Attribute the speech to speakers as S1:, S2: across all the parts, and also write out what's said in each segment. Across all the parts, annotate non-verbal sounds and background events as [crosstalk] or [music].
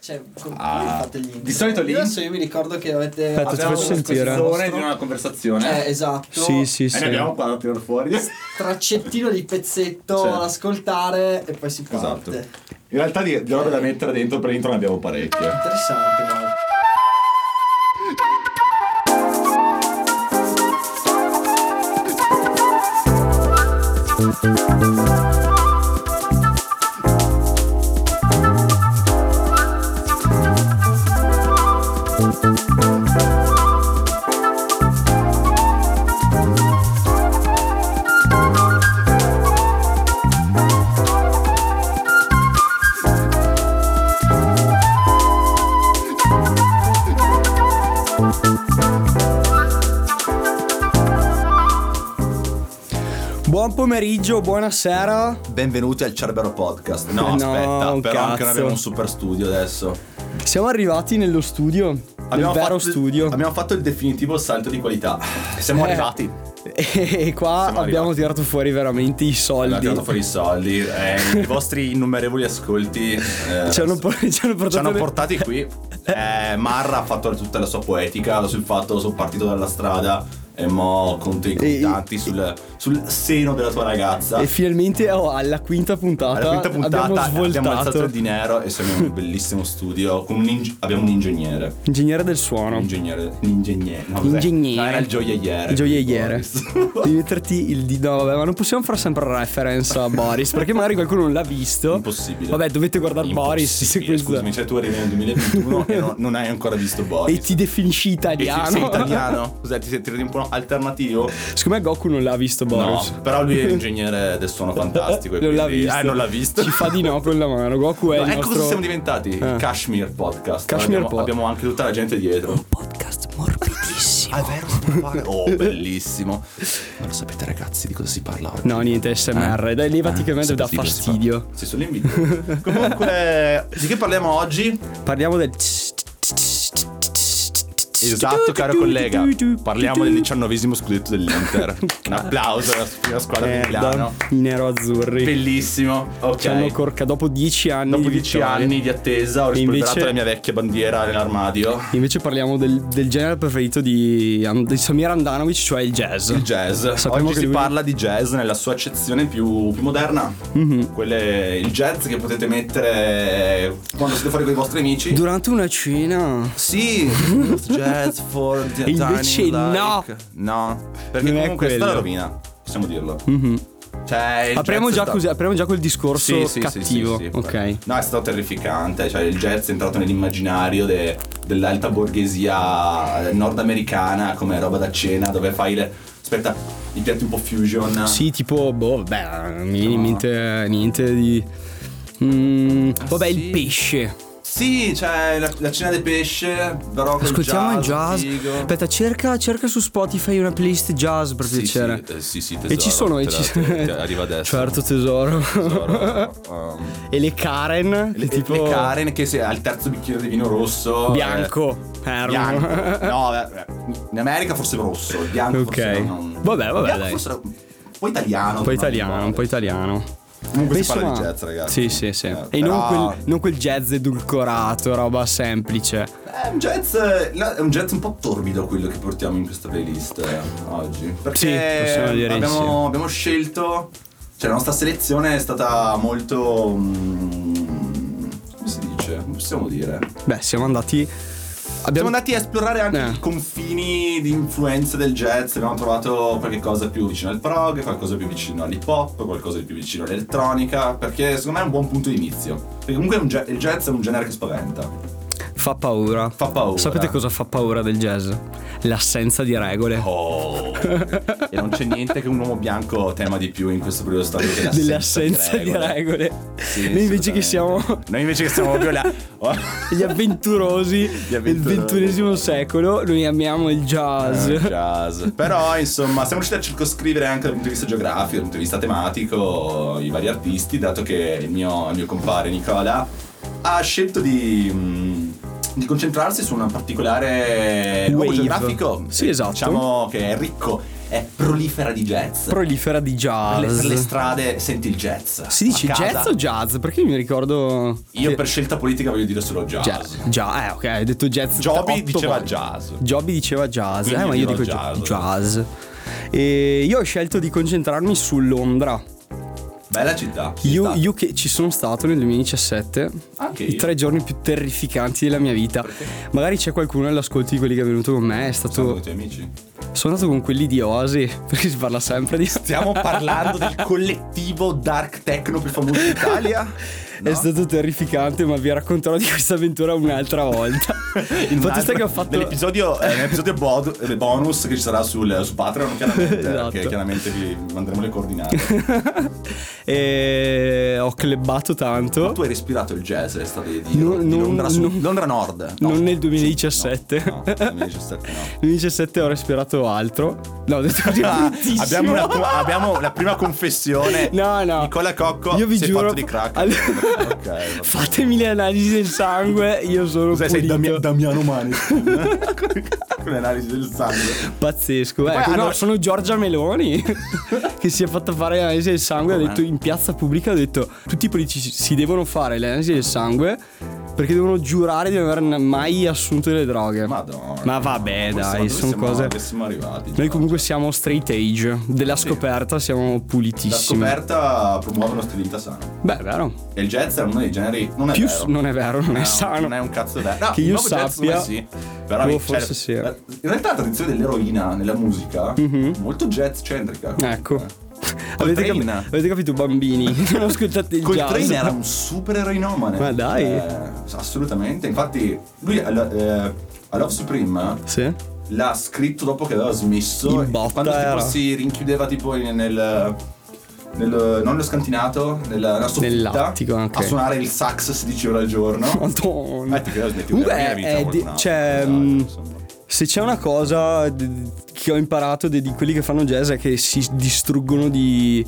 S1: Cioè, come
S2: Ah.
S1: fate gli intro?
S2: Di solito lì-
S1: Io adesso io mi ricordo che avete...
S3: Aspetta,
S1: abbiamo
S3: ti faccio
S1: uno
S3: sentire.
S1: scorso
S2: Mezz'ora di
S1: nostro-
S2: una conversazione.
S1: Eh, esatto.
S3: Sì, sì,
S2: E
S3: sì.
S2: ne abbiamo qua da tirare fuori. In
S1: Traccettino di pezzetto
S2: Sì.
S1: ad ascoltare e poi si parte.
S2: [laughs] Esatto. realtà di, di robe da mettere dentro per intro ne abbiamo parecchie.
S1: Interessante, wow.
S3: Buon pomeriggio, buonasera.
S4: Benvenuti al Cerbero Podcast. No,
S3: No,
S4: aspetta,
S3: un
S4: però anche
S3: cazzo.
S4: noi abbiamo un super studio adesso.
S3: Siamo arrivati nello studio, nel vero studio. [laughs]
S4: Abbiamo fatto il definitivo salto di qualità. Siamo
S3: Eh.
S4: arrivati.
S3: E qua
S4: Siamo
S3: abbiamo
S4: arrivati.
S3: tirato fuori veramente i
S4: Abbiamo
S3: soldi.
S4: tirato fuori i soldi, eh, i vostri innumerevoli ascolti. eh,
S3: Ci hanno, por- ci hanno
S4: ci
S3: portato
S4: hanno
S3: le-
S4: portati
S3: [laughs]
S4: qui. Eh, Marra ha fatto tutta la sua poetica sul fatto sono partito dalla strada e mo conto i
S3: E-
S4: contanti sul, sul seno della tua ragazza.
S3: E finalmente oh, alla quinta puntata,
S4: Alla quinta puntata
S3: abbiamo
S4: abbiamo,
S3: svoltato.
S4: alzato il dinero e siamo in un bellissimo studio. Con un ing- abbiamo un ingegnere.
S3: Ingegnere del suono.
S4: L'ingegnere. L'ingegnere. No, cos'è?
S3: Ingegnere.
S4: No, era il gioielliere.
S3: Il gioielliere.
S4: Tipo,
S3: Devi metterti il dito. No, vabbè, ma non possiamo fare sempre reference a
S4: [laughs]
S3: Boris. Perché magari qualcuno non l'ha visto.
S4: Impossibile.
S3: Vabbè, dovete guardare Boris. Se
S4: Impossibile,
S3: questo-
S4: Scusami, cioè tu arrivi nel
S3: [laughs]
S4: 2021 e non, non hai ancora visto Boris.
S3: E ti definisci
S4: E ti-
S3: italiano.
S4: Sei
S3: [laughs]
S4: italiano? Cos'è? Ti senti un po' alternativo?
S3: Secondo me Goku non l'ha visto Boris.
S4: No, però lui è l'ingegnere del suono
S3: [laughs]
S4: fantastico. e
S3: non l'ha
S4: quindi-
S3: visto.
S4: Eh, non l'ha visto.
S3: Ci fa di no con la mano. Goku è
S4: No,
S3: il
S4: ecco
S3: nostro
S4: cosa siamo diventati.
S3: Eh.
S4: Il Kashmir Podcast.
S3: Kashmir
S4: abbiamo,
S3: Pod-
S4: abbiamo anche tutta la gente
S3: [laughs]
S4: dietro.
S3: podcast morbidissimo.
S4: Ah, è vero, come pare. Oh, bellissimo. Ma lo sapete, ragazzi, di cosa si parla oggi?
S3: No, niente, SMR.
S4: Eh.
S3: Dai, levati che a me
S4: Sapete
S3: dà
S4: di cosa si
S3: fastidio.
S4: parla? Sì, sono invidioso.
S3: [laughs]
S4: Comunque, di che parliamo oggi?
S3: Parliamo del.
S4: Esatto, caro collega. Parliamo del diciannovesimo scudetto
S3: [laughs]
S4: dell'Inter. Un applauso alla prima squadra di
S3: Merda,
S4: Milano.
S3: i nero azzurri.
S4: Bellissimo. Ok.
S3: Ci hanno corca dopo dieci anni.
S4: Dopo
S3: di
S4: dieci
S3: vittorie.
S4: anni di attesa ho
S3: E invece-
S4: rispolverato la mia vecchia bandiera nell'armadio.
S3: Invece parliamo del, del genere preferito di, And- di Samir Andanovic, cioè il jazz.
S4: Il jazz.
S3: Sappiamo
S4: Oggi
S3: che
S4: si
S3: lui-
S4: parla di jazz nella sua accezione più, più moderna.
S3: Mhm.
S4: Quelle- il jazz che potete mettere quando siete fuori con i vostri amici.
S3: Durante una cena.
S4: Sì, jazz
S3: [laughs]
S4: for the
S3: Invece
S4: tiny
S3: no.
S4: like. No, perché
S3: Non è
S4: comunque questa è la
S3: quello.
S4: rovina, possiamo dirlo.
S3: Mhm.
S4: Cioè, il
S3: Apriamo
S4: jazz
S3: già,
S4: è
S3: così,
S4: stato-
S3: apriamo già col discorso
S4: Sì, sì, sì,
S3: cattivo.
S4: sì, sì,
S3: ok.
S4: quello. No, è stato terrificante, cioè il jazz è entrato nell'immaginario de- dell'alta borghesia nordamericana come roba da cena dove fai le... aspetta, i piatti un po' fusion.
S3: Sì, tipo, boh, beh, mi viene in mente niente di. Mm, vabbè,
S4: Ah, sì?
S3: il pesce.
S4: Sì, cioè la, la cena del pesce, però col
S3: Ascoltiamo il
S4: jazz.
S3: jazz.
S4: figo.
S3: Aspetta, cerca, cerca su Spotify una playlist jazz per
S4: Sì,
S3: piacere.
S4: sì, eh, sì, sì,
S3: e ci
S4: tesoro,
S3: sono, e
S4: te
S3: ci
S4: la-
S3: sono.
S4: te-
S3: [laughs]
S4: te- arriva adesso.
S3: Certo, tesoro.
S4: Tesoro, um,
S3: [laughs] e le Karen,
S4: le,
S3: le, tipo.
S4: le Karen che se al terzo bicchiere di vino rosso
S3: Bianco.
S4: eh,
S3: erano.
S4: bianco no eh, eh, in America forse rosso bianco
S3: Ok.
S4: forse non-
S3: Vabbè, vabbè,
S4: bianco
S3: dai.
S4: forse era un po' italiano
S3: Un po'
S4: non
S3: italiano,
S4: ricordo.
S3: un po' italiano.
S4: comunque si
S3: Penso
S4: parla di
S3: a-
S4: jazz ragazzi
S3: Sì, sì, sì.
S4: Eh,
S3: e non,
S4: però-
S3: quel, non quel jazz edulcorato, roba semplice.
S4: è un jazz eh, la- è un jazz un po' torbido quello che portiamo in questa playlist eh, oggi perché
S3: Sì, possiamo dire di
S4: abbiamo,
S3: sì.
S4: abbiamo scelto cioè la nostra selezione è stata molto mm, come si dice come possiamo dire
S3: Beh, siamo andati.
S4: Siamo
S3: Abbiamo
S4: andati a esplorare anche
S3: Eh.
S4: i confini di influenza del jazz, abbiamo trovato qualche cosa più vicino al prog, qualcosa più vicino all'hip hop, qualcosa di più vicino all'elettronica, perché secondo me è un buon punto di inizio. Perché comunque è un ge- il jazz è un genere che spaventa,
S3: Fa paura.
S4: fa paura.
S3: Sapete cosa fa paura del jazz? L'assenza di regole.
S4: Oh, [laughs] e non c'è niente che un uomo bianco tema di più in questo periodo storico che
S3: Dell'assenza di regole.
S4: Sì,
S3: Noi invece che
S4: assolutamente.
S3: siamo
S4: Noi invece che siamo proprio
S3: [laughs]
S4: là. Oh. [laughs]
S3: gli avventurosi del
S4: avventurosi.
S3: ventunesimo secolo, noi amiamo il jazz.
S4: Eh, jazz. Però, insomma, siamo riusciti a circoscrivere anche dal punto di vista geografico, dal punto di vista tematico, i vari artisti, dato che il mio, il mio compare Nicola ha scelto di. mm, di concentrarsi su un particolare luogo
S3: Wave.
S4: geografico
S3: Sì, esatto.
S4: diciamo che è ricco è prolifera di jazz.
S3: Prolifera di
S4: Per le, per le
S3: jazz.
S4: strade senti il jazz.
S3: Si dice
S4: A casa.
S3: jazz o jazz? Perché io mi ricordo.
S4: Io per scelta politica voglio dire solo jazz.
S3: Jazz. Già, eh, ok, hai detto jazz.
S4: Joby
S3: otto
S4: diceva
S3: volte.
S4: jazz.
S3: Joby diceva jazz,
S4: Quindi
S3: eh, ma io
S4: dirò
S3: dico jazz.
S4: jazz.
S3: jazz. E io ho scelto di concentrarmi su Londra.
S4: Bella città.
S3: Io,
S4: Città.
S3: io che ci sono stato nel 2017,
S4: Anche
S3: i
S4: io.
S3: tre giorni più terrificanti della mia vita. Magari c'è qualcuno all'ascolto di quelli che è venuto con me. È
S4: Sono con
S3: stato.
S4: i tuoi amici.
S3: Sono andato con quelli di Oasi. [laughs] Perché si parla sempre di.
S4: Stiamo parlando
S3: [laughs]
S4: del collettivo dark techno più famoso d'Italia.
S3: È
S4: No?
S3: stato terrificante, ma vi racconterò di questa avventura
S4: [laughs]
S3: un'altra volta. Il fatto sta che ho fatto.
S4: Nell'episodio, eh, nell'episodio bod- eh, bonus che ci sarà sul, su Patreon, chiaramente.
S3: [laughs] Esatto.
S4: Che chiaramente vi manderemo le
S3: [laughs]
S4: coordinate.
S3: e eh, ho clebbato tanto.
S4: Ma tu hai respirato il jazz l'estate di,
S3: No,
S4: di
S3: non-
S4: Londra, Sud-
S3: non-
S4: Londra Nord.
S3: non nel
S4: sì,
S3: 2017.
S4: no, no, nel 2017 no.
S3: [laughs]
S4: Ah,
S3: Nel 2017 ho respirato altro. No, ho detto
S4: [laughs]
S3: così. bruttissimo.
S4: abbiamo, una tua- abbiamo la prima confessione.
S3: No, no.
S4: Nicola Cocco,
S3: Io vi
S4: sei
S3: giuro.
S4: fatto di crack.
S3: Allora- [laughs]
S4: Ok, vabbè.
S3: Fatemi le analisi del sangue, io sono
S4: Cos'è, sei
S3: pulito.
S4: Damia- Damiano [laughs] Mani. Con l'analisi del sangue.
S3: Pazzesco.
S4: Poi
S3: ecco, no,
S4: hanno-
S3: sono
S4: [laughs]
S3: Giorgia Meloni che si è fatta fare l'analisi del sangue. Ha
S4: Com'è?
S3: detto in piazza pubblica: ha detto tutti i politici si devono fare l'analisi del sangue perché devono giurare di non aver mai assunto delle droghe.
S4: Madonna.
S3: Ma vabbè,
S4: Dove
S3: Eh dai,
S4: siamo-
S3: sono
S4: dove siamo-
S3: cose.
S4: dove siamo arrivati. diciamo.
S3: Noi
S4: Giorgio?
S3: comunque siamo straight age. Della scoperta siamo
S4: La
S3: pulitissimi.
S4: scoperta promuove uno stile di vita sano.
S3: Beh, è vero.
S4: E il jazz è uno dei generi. Non è
S3: Più
S4: vero.
S3: s- non è vero, non è
S4: No,
S3: sano.
S4: Non è un cazzo vero. No,
S3: Che
S4: il
S3: io
S4: nuovo jazz, secondo me,
S3: sappia.
S4: sì. Però
S3: Boh,
S4: cioè,
S3: forse sì.
S4: la- In realtà la tradizione dell'eroina nella musica è molto jazz centrica.
S3: Mhm. Ecco.
S4: Eh. Col
S3: Avete,
S4: train.
S3: cap- avete capito,
S4: [laughs]
S3: bambini? Non ascoltate il
S4: Col
S3: jazz.
S4: train era un super eroinomane.
S3: Ma dai.
S4: Eh, assolutamente. Infatti, lui alla- eh, a Love Supreme
S3: Sì.
S4: l'ha scritto dopo che aveva smesso.
S3: In botta
S4: quando tipo,
S3: era.
S4: si rinchiudeva tipo in- nel. nel- non nello scantinato, nella, nella soffitta
S3: Nell'attico, ok.
S4: a suonare il sax 16 ore al giorno.
S3: [laughs] Madonna.
S4: Eh, ti credo smetti
S3: Comunque
S4: una mia
S3: è-
S4: vita,
S3: è di-
S4: qualcun altro,
S3: cioè,
S4: esatto,
S3: mh,
S4: insomma.
S3: Se c'è una cosa d- che ho imparato di, di quelli che fanno jazz è che si distruggono di.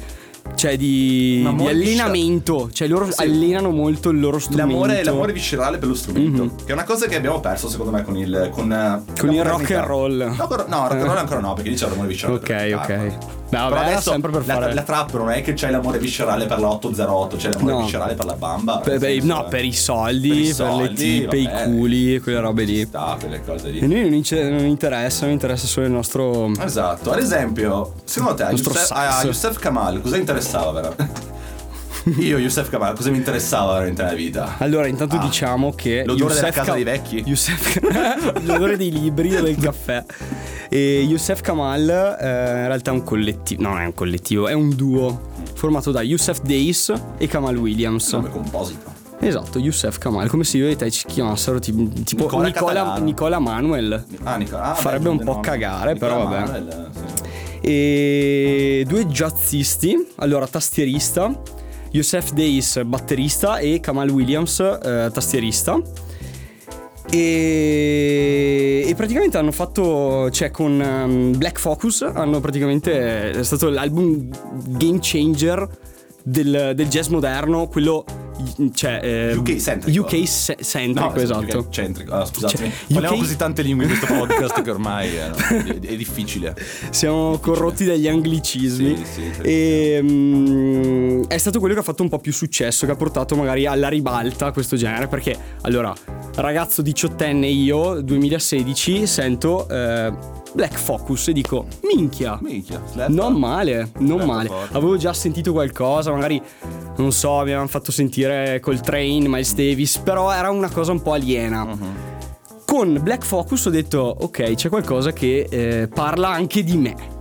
S3: cioè di.
S4: Un amore
S3: di allenamento. Cioè loro
S4: Sì.
S3: allenano molto il loro strumento.
S4: L'amore, l'amore viscerale per lo strumento, che è una cosa che abbiamo perso secondo me con il, con, eh,
S3: Mhm. Con
S4: la
S3: il rock
S4: modernità.
S3: and roll. Eh.
S4: No, con- no, rock and roll ancora no, perché lì c'è l'amore viscerale.
S3: Ok,
S4: per
S3: ok.
S4: praticarlo.
S3: No,
S4: Però
S3: Ah, vabbè, era
S4: adesso
S3: sempre per
S4: la,
S3: fare-
S4: la trap non è che c'è l'amore viscerale per la 808, c'è l'amore
S3: No.
S4: viscerale per la bamba. nel
S3: Per- per-
S4: senso,
S3: no,
S4: eh.
S3: per i soldi, per,
S4: Per i
S3: le
S4: soldi,
S3: tipe, i
S4: vabbè.
S3: culi e quelle robe
S4: Ci
S3: lì.
S4: sta, quelle cose
S3: E
S4: lì.
S3: noi non, ince- non interessa, non interessa solo il nostro.
S4: Esatto, ad esempio, secondo te a
S3: Nostro
S4: Youssef,
S3: sax.
S4: a Youssef Kamal cosa interessava
S3: [laughs]
S4: veramente? Io, Youssef Kamal, cosa mi interessava veramente nella vita?
S3: Allora, intanto
S4: Ah.
S3: diciamo che.
S4: L'odore della
S3: Youssef
S4: casa dei vecchi? [laughs]
S3: Youssef- L'odore dei libri o del caffè. E Youssef Kamal, eh, in realtà è un collettivo. No, non è un collettivo, è un duo formato da Youssef Days e Kamal Williams.
S4: Come composito.
S3: Esatto, Youssef Kamal, come se io e te ci chiamassero ti- tipo
S4: Nicola
S3: Nicola,
S4: Catalano.
S3: Nicola Manuel.
S4: Ah, Nicola. ah, beh,
S3: Farebbe un
S4: giusto,
S3: po'
S4: no.
S3: cagare,
S4: Nicola
S3: però vabbè.
S4: Manuel, sì.
S3: E due jazzisti, allora tastierista, Youssef Days batterista e Kamal Williams eh, tastierista. E, e praticamente hanno fatto, cioè con ehm, Black Focus, hanno praticamente, eh, è stato l'album game changer del, del jazz moderno, quello, cioè, ehm,
S4: UK centrico.
S3: UK se- centrico,
S4: No,
S3: esatto.
S4: UK centrico. Ah, scusatemi.
S3: Cioè,
S4: Parliamo
S3: UK
S4: così tante lingue in questo podcast che ormai eh, no, è, è difficile.
S3: [laughs] Siamo corrotti dagli anglicismi.
S4: Sì, sì, sì.
S3: e, mm, è stato quello che ha fatto un po' più successo, che ha portato magari alla ribalta questo genere. Perché, allora, ragazzo diciottenne io, 2016, sento eh, Black Focus e dico, minchia.
S4: Minchia, slap.
S3: Non male, non
S4: Bello
S3: male.
S4: Certo, forte.
S3: Avevo già sentito qualcosa, magari non so, mi avevano fatto sentire col train,
S4: Mm.
S3: Miles Davis, però era una cosa un po' aliena.
S4: Mhm.
S3: Con Black Focus ho detto, ok, c'è qualcosa che eh, parla anche di me.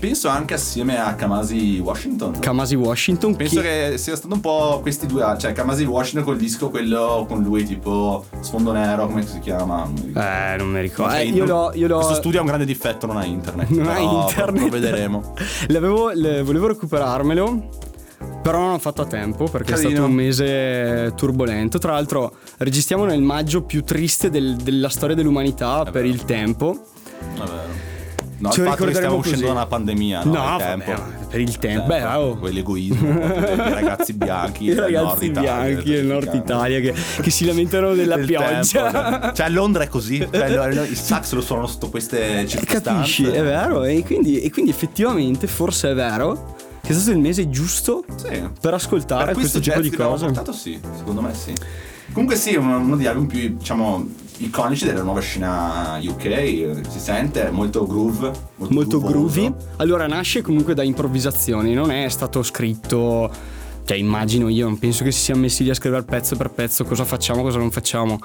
S4: Penso anche assieme a Kamasi Washington.
S3: Kamasi Washington,
S4: Penso
S3: che,
S4: che sia stato un po' questi due, cioè Kamasi Washington col disco quello con lui tipo sfondo nero, come si chiama? Non mi ricordo. Cioè,
S3: Eh, non mi ricordo.
S4: Non
S3: Eh,
S4: c'è
S3: io l'ho... Io l'ho...
S4: Questo studio ha un grande difetto, non ha internet.
S3: non ha
S4: però
S3: internet.
S4: Lo vedremo.
S3: L'avevo, le- volevo recuperarmelo, però non ho fatto a tempo perché è
S4: Carino.
S3: stato un mese turbolento. Tra l'altro, registriamo nel
S4: Eh
S3: maggio più triste del- della storia dell'umanità per
S4: vero.
S3: il tempo.
S4: Vabbè. No,
S3: Ce
S4: il
S3: lo
S4: fatto che
S3: ricorderemo
S4: stiamo uscendo da
S3: così.
S4: una pandemia, Ah, no,
S3: No,
S4: il
S3: vabbè,
S4: tempo. Cioè,
S3: ma per il tempo, beh, oh.
S4: Quell'egoismo dei dei ragazzi bianchi
S3: [laughs] I
S4: del nord
S3: ragazzi
S4: Italia,
S3: bianchi del nord Italia che, che si lamentano della
S4: Del
S3: pioggia.
S4: tempo, cioè. Cioè, a Londra è così. Cioè, lo- lo- I sax lo suonano sotto queste
S3: Eh,
S4: circostanze.
S3: Capisci, è vero. E quindi, e quindi effettivamente forse è vero che è stato il mese giusto
S4: Sì.
S3: per ascoltare
S4: Per questo
S3: questo tipo
S4: jazz
S3: di
S4: che abbiamo
S3: cose.
S4: portato, sì, secondo me sì. Comunque sì, è uno uno degli album più, diciamo, iconici della nuova scena UK, eh, si sente, è molto groove. Molto,
S3: Molto
S4: groovoso.
S3: groovy. Allora nasce comunque da improvvisazioni, non è stato scritto. Cioè, immagino io, non penso che si siano messi lì a scrivere pezzo per pezzo cosa facciamo, cosa non facciamo.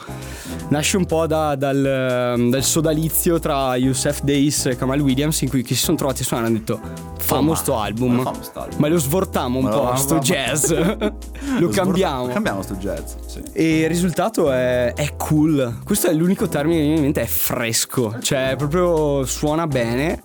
S3: Nasce un po' da- dal, dal sodalizio tra Youssef Days e Kamal Williams, in cui che si sono trovati a suonare e hanno detto: Famo
S4: ma-
S3: sto
S4: ma
S3: album.
S4: lo famo sto album."
S3: Ma lo svortammo un
S4: Ma lo-
S3: po',
S4: ma-
S3: sto
S4: ma-
S3: jazz. [laughs] lo
S4: sbor-
S3: cambiamo.
S4: Cambiamo sto jazz, sì.
S3: E il risultato è, è cool. Questo è l'unico termine che mi viene in mente, è fresco. Cioè, proprio suona bene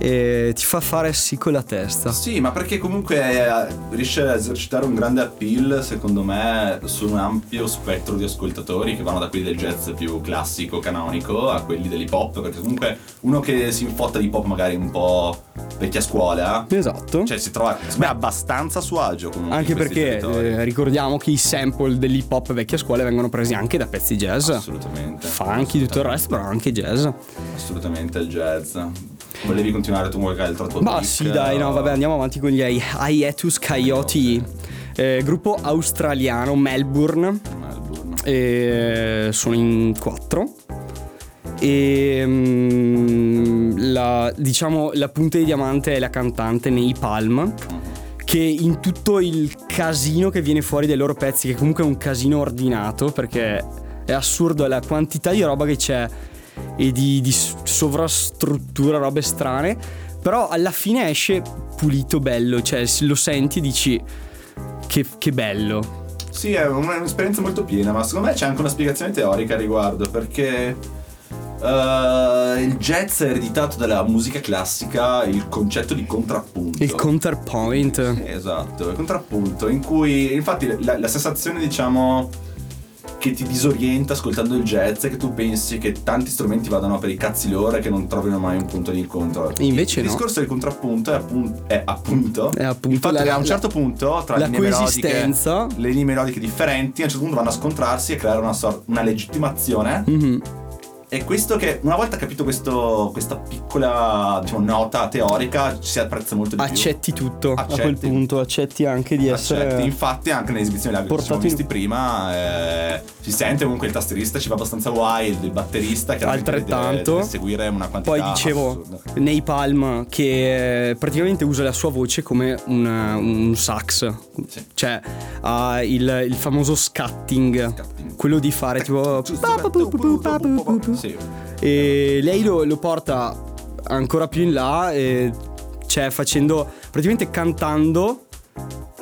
S3: e ti fa fare sì con la testa.
S4: Sì, ma perché comunque eh, riesce a esercitare un grande appeal, secondo me, su un ampio spettro di ascoltatori che vanno da quelli del jazz più classico, canonico, a quelli dell'hip hop, perché comunque uno che si infotta di hip hop magari un po' vecchia scuola,
S3: Esatto.
S4: cioè si trova secondo me, abbastanza a suo agio comunque.
S3: anche
S4: in questi
S3: perché
S4: territori.
S3: eh, ricordiamo che i sample dell'hip hop vecchia scuola vengono presi anche da pezzi jazz.
S4: Assolutamente.
S3: Funky, tutto il resto, però anche jazz.
S4: Assolutamente il jazz. Volevi continuare tu magari il tuo
S3: Ma
S4: pick,
S3: sì, dai, no,
S4: o-
S3: vabbè, andiamo avanti con gli I- Hiatus Coyote, eh, gruppo australiano Melbourne.
S4: Melbourne.
S3: E sono in quattro. E mm, la, diciamo la punta di diamante è la cantante nei Palm. Che in tutto il casino che viene fuori dai loro pezzi, che comunque è un casino ordinato, perché è assurdo la quantità di roba che c'è e di, di s- sovrastruttura, robe strane. Però alla fine esce pulito, bello, cioè s- lo senti e dici che, che bello.
S4: Sì, è un- un'esperienza molto piena, ma secondo me c'è anche una spiegazione teorica al riguardo, perché eh, il jazz è ereditato dalla musica classica il concetto di contrappunto.
S3: Il counterpoint.
S4: Sì, esatto, il contrappunto, in cui infatti la, la sensazione, diciamo, che ti disorienta ascoltando il jazz è che tu pensi che tanti strumenti vadano per i cazzi loro e che non trovino mai un punto di incontro.
S3: E invece
S4: il
S3: no.
S4: discorso del contrappunto è, appun- è appunto
S3: È appunto
S4: il fatto
S3: la-
S4: che a un
S3: la-
S4: certo punto tra
S3: la
S4: linee melodiche-
S3: coesistenza.
S4: le linee melodiche differenti a un certo punto vanno a scontrarsi e creare una, sor- una legittimazione
S3: Mhm.
S4: e questo che una volta capito questo- questa piccola diciamo, nota teorica ci si apprezza molto di più
S3: Accetti tutto
S4: Accetti.
S3: a quel punto, accetti anche di essere.
S4: Accetti. Infatti, anche nelle esibizioni live che ci siamo
S3: portato in-
S4: visti prima, eh, si sente comunque il tastierista ci va abbastanza wild, il batterista che
S3: Altrettanto.
S4: deve, deve seguire una quantità.
S3: Poi dicevo
S4: assurda.
S3: nei Palm che eh, praticamente usa la sua voce come un, un sax,
S4: Sì.
S3: cioè ha il, il famoso scatting,
S4: Scatting.
S3: quello di fare tipo.
S4: Sì.
S3: E lei lo, lo porta ancora più in là, eh, cioè facendo praticamente cantando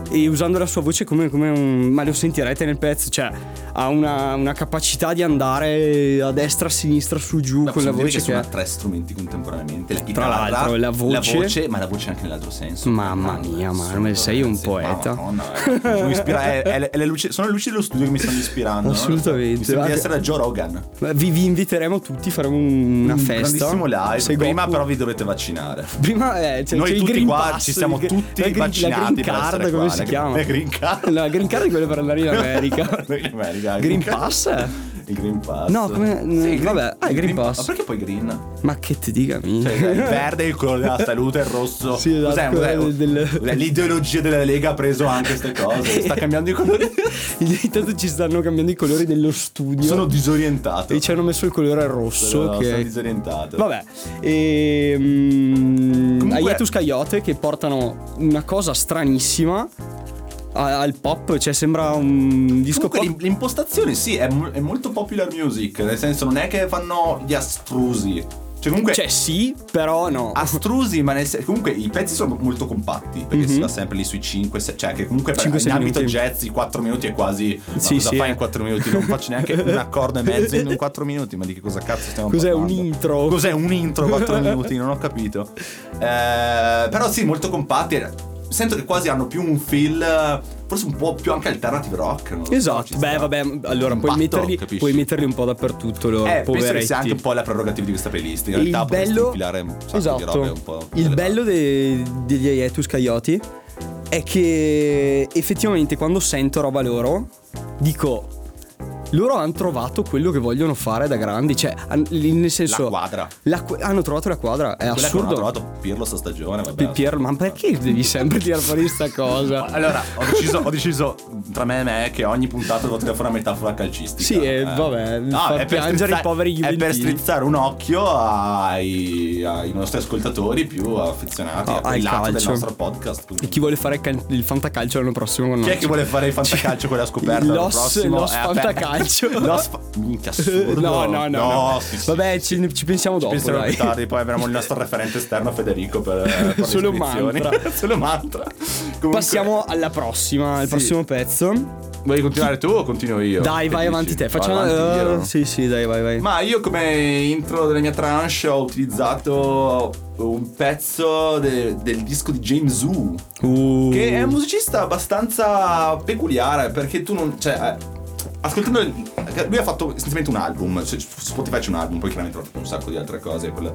S3: e usando la sua voce come, come un. Ma lo sentirete nel pezzo, cioè ha una, una capacità di andare a destra, a sinistra, su, giù
S4: Ma
S3: con la
S4: possiamo dire
S3: voce
S4: che
S3: che.
S4: suona tre strumenti contemporaneamente: la
S3: Tra
S4: chitarra,
S3: l'altro, la voce-
S4: ma la voce anche nell'altro senso.
S3: Mamma
S4: Ah,
S3: mia,
S4: assurdo,
S3: Manuel, sei un
S4: ragazzi. Ma
S3: poeta.
S4: Madonna, eh. Mi ispira- è- è- è le luci- sono le luci dello studio che mi stanno ispirando.
S3: Assolutamente.
S4: Mi sembra di
S3: Guarda-
S4: essere a Joe Rogan.
S3: Ma Vi, vi inviteremo tutti, faremo un- una
S4: Un
S3: festa.
S4: Grandissimo live.
S3: Se
S4: prima,
S3: Goppu-
S4: però, vi dovete vaccinare.
S3: Prima eh, c'è,
S4: Noi
S3: c'è il
S4: tutti
S3: green
S4: qua
S3: pass,
S4: ci siamo
S3: il-
S4: tutti
S3: la green-
S4: vaccinati
S3: La
S4: per
S3: green card,
S4: essere
S3: come
S4: qua,
S3: si
S4: la-
S3: chiama?
S4: la green card.
S3: La green card è quella
S4: [laughs]
S3: per andare in America.
S4: In America,
S3: green pass? eh.
S4: Il Green Pass.
S3: No, come-
S4: il
S3: vabbè, ah, il Green Pass.
S4: Ma perché poi green?
S3: Ma che ti dica, mica. [laughs]
S4: Cioè, il verde è il colore della salute, il rosso.
S3: Sì, esatto,
S4: Cos'è? Cos'è?
S3: quello del-
S4: Cos'è? L'ideologia della Lega ha preso anche queste cose. Sta cambiando i
S3: [laughs]
S4: colori.
S3: Intanto ci stanno cambiando i colori dello studio.
S4: Sono disorientato. Cioè,
S3: E ci hanno messo il colore rosso.
S4: sono, sono
S3: che...
S4: disorientato.
S3: Vabbè. E, mm,
S4: Comunque-
S3: Hiatus Coyote che portano una cosa stranissima a- al pop. Cioè, sembra un disco
S4: Comunque,
S3: pop.
S4: l'im- l'impostazione sì, è, mo- è molto popular music. Nel senso, non è che fanno gli astrusi. Cioè, comunque.
S3: Cioè, [laughs] sì, però no.
S4: Ah, astrusi, ma nel sen- comunque i pezzi sono molto compatti perché
S3: Mhm.
S4: si va sempre lì sui 5, cioè che comunque per,
S3: Cinque,
S4: in
S3: sei
S4: ambito
S3: minuti.
S4: jazz i 4 minuti è quasi ma
S3: Sì,
S4: cosa
S3: sì,
S4: fai
S3: eh.
S4: in 4 minuti? Non faccio neanche un accordo e mezzo
S3: [laughs]
S4: in 4 minuti, ma di che cosa cazzo stiamo
S3: Cos'è
S4: parlando?
S3: un intro?
S4: Cos'è un
S3: [laughs]
S4: intro 4 minuti? Non ho capito. Eh, però sì, molto compatti. Sento che quasi hanno più un feel forse un po' più anche alternative rock. non lo so, ci
S3: Esatto,
S4: sta.
S3: beh vabbè, allora
S4: Un
S3: puoi,
S4: patto,
S3: metterli,
S4: capisci?
S3: puoi metterli un po' dappertutto loro,
S4: Eh, penso che
S3: poveretti.
S4: sia anche un po' la prerogativa di questa playlist. In realtà potresti infilare un sacco
S3: esatto.
S4: di robe un po'.
S3: Il bello de- degli Aietus Coyote è che effettivamente quando sento roba loro dico loro hanno trovato quello che vogliono fare da grandi, cioè han- nel senso
S4: La quadra.
S3: la qu- hanno trovato la quadra, è
S4: Quella che non
S3: assurdo.
S4: ha trovato Pirlo sta stagione, vabbè.
S3: Pi- Pier, ma perché devi sempre tirare fuori questa
S4: [laughs]
S3: cosa?
S4: Allora, ho deciso, ho deciso tra me e me che ogni puntata devo tirare fuori una metafora calcistica. eh.
S3: Sì, e vabbè, far piangere i
S4: strizzare-
S3: poveri
S4: È per
S3: juventini.
S4: strizzare un occhio ai, ai nostri ascoltatori più affezionati
S3: No,
S4: a quel
S3: al
S4: lato del
S3: calcio.
S4: nostro podcast.
S3: E chi vuole fare can- il fantacalcio l'anno prossimo con
S4: Chi
S3: noi?
S4: è che vuole fare il fantacalcio con la scoperta? l'anno
S3: Cioè, Los-
S4: prossimo?
S3: Los
S4: È aperto.
S3: fantacalcio.
S4: [laughs] Los fa- minchia, assurdo.
S3: [laughs] No, no, no. no.
S4: sì, sì,
S3: Vabbè,
S4: sì.
S3: ci, ci pensiamo dopo.
S4: Penseremo
S3: dai.
S4: più tardi, poi avremo il nostro referente esterno Federico per,
S3: [laughs]
S4: eh, per le
S3: Solo
S4: iscrizioni. [laughs]
S3: mantra.
S4: Solo
S3: [laughs]
S4: mantra. Comunque-
S3: Passiamo alla prossima, al
S4: Sì.
S3: prossimo pezzo.
S4: Vuoi continuare tu o continuo io?
S3: Dai,
S4: Che
S3: vai
S4: dici?
S3: avanti te.
S4: Vado
S3: Facciamo.
S4: avanti io?
S3: eh, sì, sì, dai, vai, vai.
S4: Ma io come intro della mia tranche ho utilizzato un pezzo de- del disco di James Wu,
S3: Uh.
S4: che è un musicista abbastanza peculiare perché tu non... Cioè, eh, ascoltando... il- lui ha fatto essenzialmente un album, su su Spotify c'è un album, poi chiaramente ha fatto un sacco di altre cose. quella-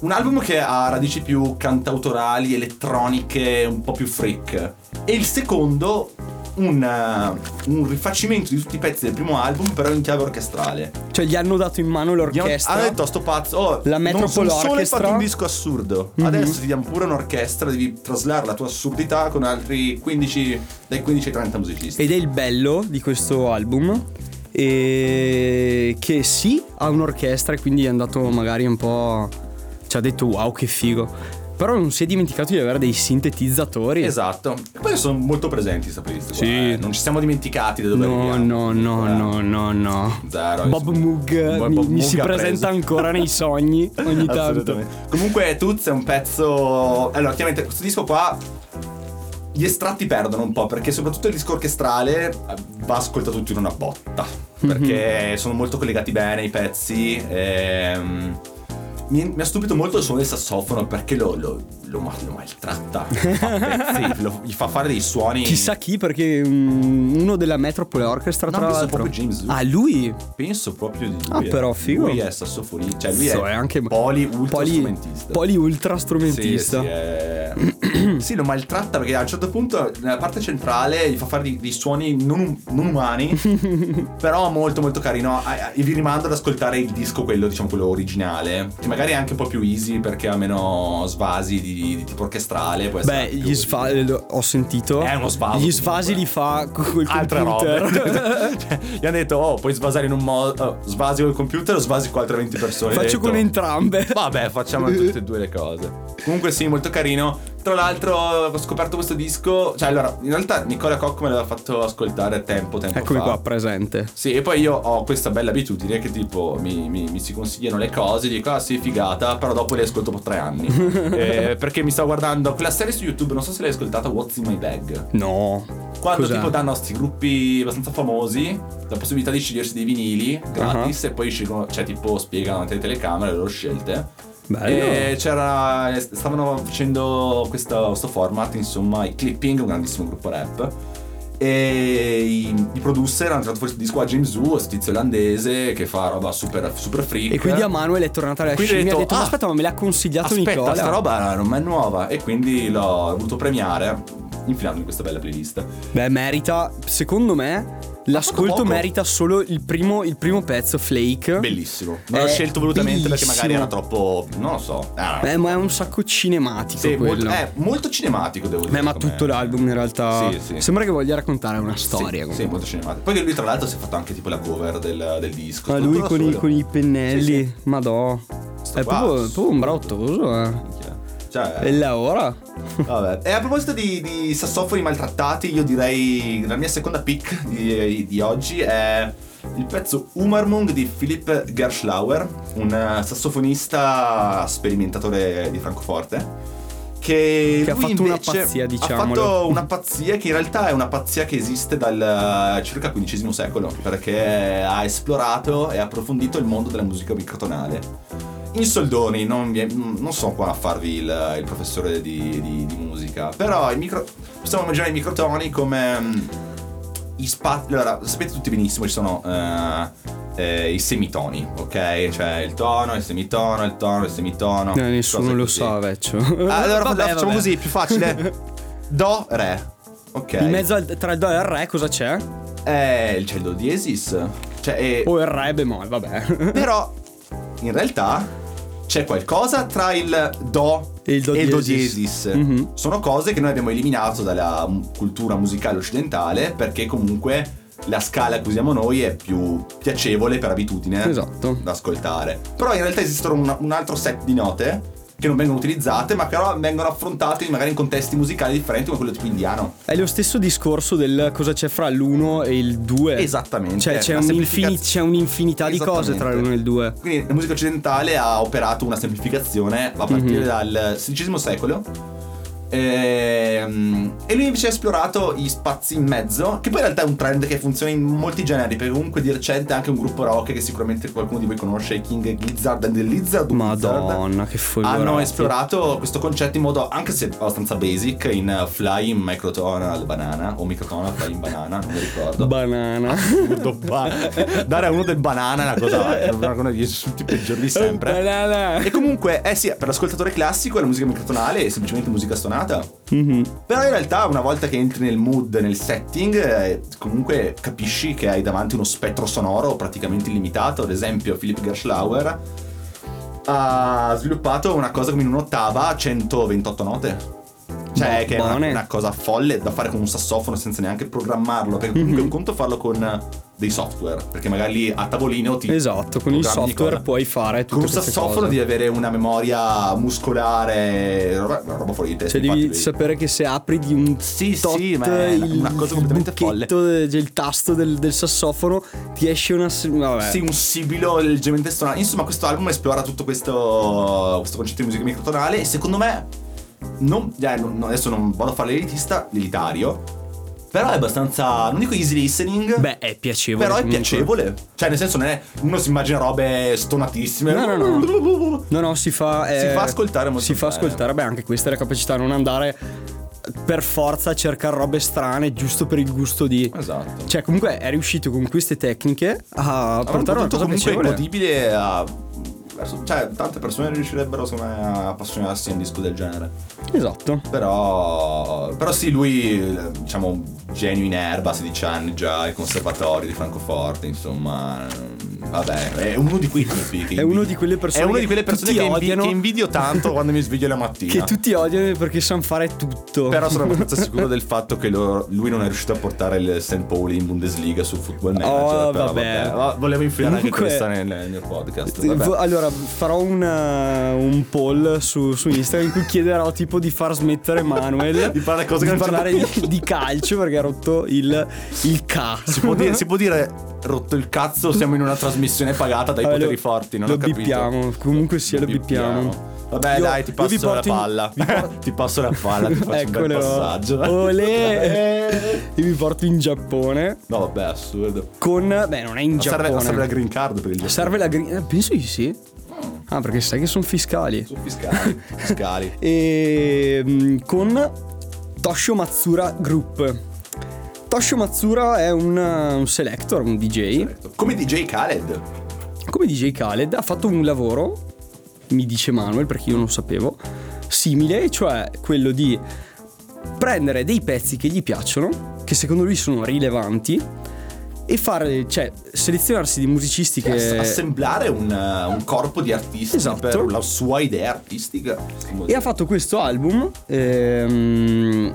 S4: un album che ha radici più cantautorali, elettroniche, un po' più freak. E il secondo, un, eh, un rifacimento di tutti i pezzi del primo album, però in chiave orchestrale.
S3: Cioè, gli hanno dato in mano
S4: Abbiamo-
S3: l'orchestra.
S4: Hanno detto sto pazzo. Oh,
S3: La
S4: non-
S3: Metropole
S4: non solo hai
S3: Orchestra.
S4: fatto un disco assurdo.
S3: Mhm.
S4: Adesso ti diamo pure un'orchestra, devi traslare la tua assurdità con altri 15 dai 15 ai 30 musicisti.
S3: Ed è il bello di questo album. E che sì, ha un'orchestra e quindi è andato magari un po'. Ci ha detto wow, che figo. Però non si è dimenticato di avere dei sintetizzatori.
S4: Esatto. E poi sono molto presenti, sapete.
S3: Sì.
S4: Non ci siamo dimenticati di dove
S3: No,
S4: arriviamo.
S3: no, no,
S4: Eh,
S3: no, no, no.
S4: Zero.
S3: Bob Moog eh,
S4: Bob
S3: mi, mi
S4: Moog
S3: si
S4: ha preso.
S3: presenta ancora nei sogni ogni tanto.
S4: Assolutamente. Comunque Tuz è un pezzo... Allora, chiaramente questo disco qua... Gli estratti perdono un po' perché soprattutto il disco orchestrale eh, va ascoltato tutto in una botta.
S3: Mhm.
S4: Perché sono molto collegati bene i pezzi. ehm, mi, mi ha stupito molto il suono del sassofono perché lo, lo, lo ma- lo maltratta. lo
S3: [laughs]
S4: fa a pezzi, lo- gli fa fare dei suoni.
S3: Chissà chi, perché mm, uno della Metropole Orchestra,
S4: No,
S3: tra
S4: penso
S3: l'altro.
S4: proprio James Wu.
S3: ah, lui?
S4: Penso proprio di lui. eh.
S3: Ah, però, figo.
S4: Lui è sassofonista. Cioè, lui
S3: Cazzo,
S4: è,
S3: anche
S4: poli
S3: poli-
S4: ultra strumentista.
S3: Poli ultra
S4: Sì,
S3: strumentista.
S4: sì, eh, è- [clears throat] sì, lo maltratta perché a un certo punto nella parte centrale gli fa fare dei, dei suoni non, um-, non umani,
S3: [laughs]
S4: però molto molto carino. Ah, ah, Vi rimando ad ascoltare il disco, quello diciamo quello originale, che magari è anche un po' più easy perché ha meno svasi di, di tipo orchestrale. può essere
S3: Beh,
S4: anche
S3: gli
S4: più-
S3: svasi ho sentito.
S4: esatto. È uno svaso,
S3: Gli svasi
S4: comunque.
S3: li fa co- col
S4: Altre
S3: [laughs] computer.
S4: robe. [laughs] Cioè, Gli hanno detto, oh, puoi svasare in un modo. oh, svasi col computer o svasi con altre 20 persone. Ho
S3: Faccio
S4: detto,
S3: con entrambe.
S4: Vabbè, facciamo
S3: [laughs]
S4: tutte e due le cose. Comunque sì, molto carino. Tra l'altro ho scoperto questo disco, cioè allora, in realtà Nicola Cocco me l'aveva fatto ascoltare tempo, tempo
S3: Eccomi
S4: fa.
S3: qua, presente.
S4: Sì, e poi io ho questa bella abitudine che tipo mi, mi- mi si consigliano le cose, dico ah sì, figata, però dopo le ascolto per tre
S3: [laughs]
S4: anni. Eh, perché mi sto guardando quella serie su YouTube, non so se l'hai ascoltata, What's in My Bag.
S3: No.
S4: Quando
S3: Cos'è?
S4: tipo danno a questi gruppi abbastanza famosi la possibilità di scegliersi dei vinili
S3: Uh-huh.
S4: gratis e poi scelgono, cioè tipo spiegano davanti alle telecamere le loro scelte.
S3: Bello.
S4: E c'era. Stavano facendo questo, questo format, insomma, i clipping, un grandissimo gruppo rap. E i, i producer hanno tirato fuori questo disco a James Wu, questo tizio olandese che fa roba super, super freak.
S3: E quindi a Manuel è tornata la
S4: Quindi ho
S3: scimmia e ha
S4: detto,
S3: detto: Ma
S4: "Ah,
S3: aspetta, ma me l'ha consigliato
S4: Aspetta,
S3: Nicola.
S4: sta roba non è nuova. E quindi l'ho voluto premiare infilando in questa bella playlist.
S3: Beh, merita, secondo me, l'ascolto
S4: poco.
S3: merita solo il primo, il primo pezzo, Flake.
S4: Bellissimo. Non
S3: È
S4: l'ho scelto volutamente perché
S3: bellissimo.
S4: magari era troppo. Non lo so. Ah,
S3: Beh, ma è un sacco cinematico
S4: sì,
S3: quello.
S4: molto, è molto cinematico, devo
S3: Beh,
S4: dire.
S3: ma
S4: come-
S3: tutto l'album in realtà.
S4: Sì, sì.
S3: Sembra che voglia raccontare una storia.
S4: Sì,
S3: comunque.
S4: sì, molto cinematico. Poi che lui, tra l'altro, si è fatto anche tipo la cover del, del disco.
S3: Ma
S4: tutto
S3: Ah, lui
S4: da
S3: con i,
S4: solo.
S3: con i pennelli,
S4: Sì, sì.
S3: madò.
S4: Sto
S3: È
S4: qua,
S3: proprio,
S4: assurdo.
S3: proprio un brottoso, eh.
S4: Minchia. Cioè,
S3: E la ora? Eh,
S4: vabbè. E a proposito di, di sassofoni maltrattati, io direi la mia seconda pick di, di oggi è il pezzo Umarmung di Philipp Gerschlauer, un eh, sassofonista sperimentatore di Francoforte. Che,
S3: Che ha
S4: lui
S3: fatto una
S4: invece
S3: pazzia,
S4: Ha
S3: diciamolo.
S4: fatto una pazzia che in realtà è una pazzia che esiste dal eh, circa XV secolo, perché ha esplorato e approfondito il mondo della musica microtonale. in soldoni, non, vi- non sono qua a farvi il, il professore di, di- di musica, però i micro, possiamo immaginare i microtoni come mm, i spazi. Allora, sapete tutti benissimo, ci sono eh, eh, i semitoni, ok? Cioè il tono, il semitono, il tono, il semitono.
S3: Eh, nessuno
S4: cose
S3: lo
S4: così. Ah,
S3: sa, vecchio. [laughs]
S4: Allora
S5: Vabbè,
S4: facciamo
S5: vabbè.
S4: così,
S5: [laughs]
S4: più facile. Do, re. Ok.
S3: In mezzo al, tra il do e il re cosa c'è?
S4: Eh, c'è il do diesis. Cioè, eh,
S3: O il re bemolle, vabbè. [laughs]
S4: Però in realtà c'è qualcosa tra il do
S3: E il do
S4: e
S3: diesis.
S4: diesis.
S3: Mhm.
S4: Sono cose che noi abbiamo eliminato dalla m- cultura musicale occidentale perché comunque la scala che usiamo noi è più piacevole per abitudine
S3: Esatto.
S4: da ascoltare. Però in realtà esistono un, un altro set di note che non vengono utilizzate ma che però vengono affrontate magari in contesti musicali differenti come quello tipo indiano.
S3: È lo stesso discorso del cosa c'è fra l'1 e il 2.
S4: Esattamente.
S3: Cioè c'è,
S4: La
S3: un'infini-
S4: semplificaz-
S3: c'è un'infinità di cose tra
S4: Esattamente.
S3: l'1 e il 2.
S4: Quindi la musica occidentale ha operato una semplificazione a partire
S3: Mhm.
S4: dal XVI secolo. Ehm, E, lui invece ha esplorato gli spazi in mezzo, che poi in realtà è un trend che funziona in molti generi, perché comunque di recente anche un gruppo rock che sicuramente qualcuno di voi conosce, i King Gizzard and the Lizard, o Gizzard,
S3: Madonna, che follia.
S4: hanno Ah, esplorato questo concetto in modo anche se abbastanza basic, in eh, Fly in Microtonal Banana, o Microtonal Fly in Banana, non mi ricordo.
S3: [laughs] Banana.
S4: Do- ba- Dare a uno del banana è una cosa, è una degli insulti peggiori di sempre. [laughs]
S3: [laughs] Banana.
S4: E comunque, eh sì, per l'ascoltatore classico la musica microtonale è semplicemente musica stonata.
S3: Mhm.
S4: Però in realtà una volta che entri nel mood, nel setting, eh, comunque capisci che hai davanti uno spettro sonoro praticamente illimitato. Ad esempio, Philip Gerschlauer ha sviluppato una cosa come in un'ottava a 128 note. Cioè,
S3: Bo-
S4: che è una,
S3: Boh, buone.
S4: una cosa folle da fare con un sassofono senza neanche programmarlo. Perché comunque
S3: Mhm.
S4: è un conto farlo con eh, dei software. Perché magari lì a tavolino ti.
S3: Esatto, con il
S4: programmi di
S3: software
S4: cosa.
S3: puoi fare tutte
S4: Con un
S3: queste
S4: sassofono
S3: cose.
S4: devi avere una memoria muscolare, roba, una roba fuori di testa.
S3: Cioè devi
S4: infatti lui-
S3: sapere che se apri di un
S4: Sì,
S3: tot
S4: sì, ma è
S3: il,
S4: una cosa completamente
S3: il buchetto, de- il tasto del, del sassofono ti esce una s- vabbè.
S4: Sì, un sibilo leggermente stonato. Insomma, questo album esplora tutto questo, questo concetto di musica microtonale e secondo me, non, eh, non- non- adesso non vado a fare l'elitista, l'elitario, però è abbastanza, non dico easy listening,
S3: Beh, è piacevole.
S4: però è
S3: comunque.
S4: piacevole. Cioè, nel senso, non è, uno si immagina robe stonatissime.
S3: No, no, no. No, no, si fa
S4: Si
S3: eh,
S4: fa ascoltare molto
S3: Si fa
S4: bene.
S3: ascoltare, beh, anche questa è la capacità di non andare eh, per forza a cercare robe strane giusto per il gusto di
S4: Esatto.
S3: Cioè, comunque è riuscito con queste tecniche a portare una
S4: tutto
S3: cosa
S4: comunque
S3: piacevole.
S4: godibile a... Cioè, tante persone riuscirebbero, secondo me, a appassionarsi a un disco del genere.
S3: Esatto.
S4: Però, però sì, lui, eh, diciamo, genio in erba, 16 anni già, ai conservatori di Francoforte, insomma... mm, Vabbè, è uno di quei tipi. che
S3: È uno di quelle persone
S4: È uno
S3: che
S4: di quelle persone
S3: tutti
S4: che, invi-
S3: odiano.
S4: che invidio tanto quando mi sveglio la mattina.
S3: Che tutti odiano perché sanno fare tutto.
S4: Ah. Però sono abbastanza sicuro del fatto che lo- lui non è riuscito a portare il St. Pauli in Bundesliga sul football manager.
S3: Oh,
S4: però
S3: vabbè.
S4: Va- Volevo infilare
S3: Comunque-
S4: anche questa nel, nel podcast.
S3: Eh,
S4: vabbè.
S3: vo- Allora, farò una- un poll su, su Instagram in cui chiederò tipo di far smettere
S4: [laughs]
S3: Manuel
S4: Di fare cose che
S3: di
S4: non ci
S3: parlare di, di calcio perché ha rotto il, il ca.
S4: Si può,
S3: [laughs]
S4: dire, si può dire rotto il cazzo, siamo in una trasmissione pagata dai
S3: Vabbè,
S4: poteri
S3: Ah, lo-
S4: forti, non
S3: lo
S4: ho capito.
S3: bippiamo, comunque sia, lo bippiamo.
S4: Vabbè,
S3: Io-
S4: dai, ti
S3: io vi
S4: passo la
S3: porto in-
S4: palla.
S3: vi porto-
S4: [laughs] ti passo la palla, ti faccio un bel
S3: Eccolo.
S4: passaggio.
S3: Ecco, Olè! Io mi porto in Giappone
S4: No, vabbè, assurdo.
S3: con... Beh, non è in
S4: Ma
S3: Giappone.
S4: Serve, ma serve la green card per il
S3: Serve la gri- eh, Penso di sì. Ah, perché sai che sono fiscali.
S4: Su
S3: [laughs]
S4: fiscali, fiscali.
S3: e mm, con Toshio Matsura Group. Toshio Matsura è un, uh, un selector, un DJ.
S4: Come DJ Khaled.
S3: Come DJ Khaled ha fatto un lavoro, mi dice Manuel perché io non sapevo, simile, cioè quello di prendere dei pezzi che gli piacciono, che secondo lui sono rilevanti, e fare, cioè selezionarsi di musicisti che...
S4: Ass- assemblare un, eh, un corpo di artisti
S3: Esatto.
S4: per la sua idea artistica.
S3: E ha fatto questo album ehm,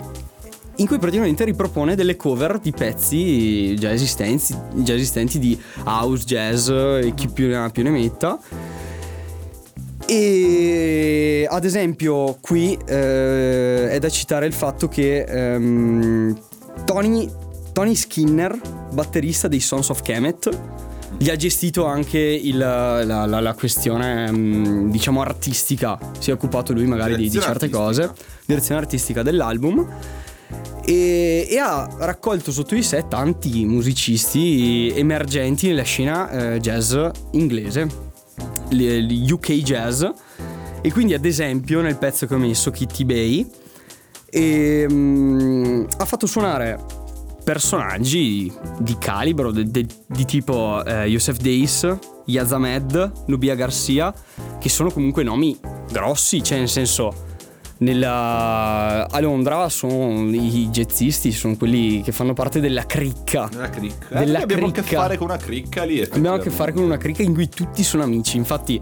S3: in cui praticamente ripropone delle cover di pezzi già esistenti, già esistenti di house, jazz e chi più ne ha più ne metta. E ad esempio qui eh, è da citare il fatto che ehm, Tony, Tony Skinner, batterista dei Sons of Kemet, gli ha gestito anche il- la, la- la questione ehm, diciamo artistica, si è occupato lui magari di, di
S4: Direzione
S3: certe
S4: artistica.
S3: cose, direzione artistica dell'album. E, e ha raccolto sotto di sé tanti musicisti emergenti nella scena eh, jazz inglese. l- l- UK jazz. E quindi, ad esempio, nel pezzo che ho messo, Kitty Bay, ehm, ha fatto suonare personaggi di calibro, de- de- di tipo eh, Yosef Deis, Yazamed, Nubia Garcia, che sono comunque nomi grossi, cioè nel senso. Nella... A Londra sono i jazzisti, sono quelli che fanno parte della cricca.
S4: Della cricca.
S3: Della
S4: Eh, abbiamo a che
S3: cricca.
S4: fare con una cricca lì.
S3: Abbiamo a che fare con una cricca in cui tutti sono amici. Infatti,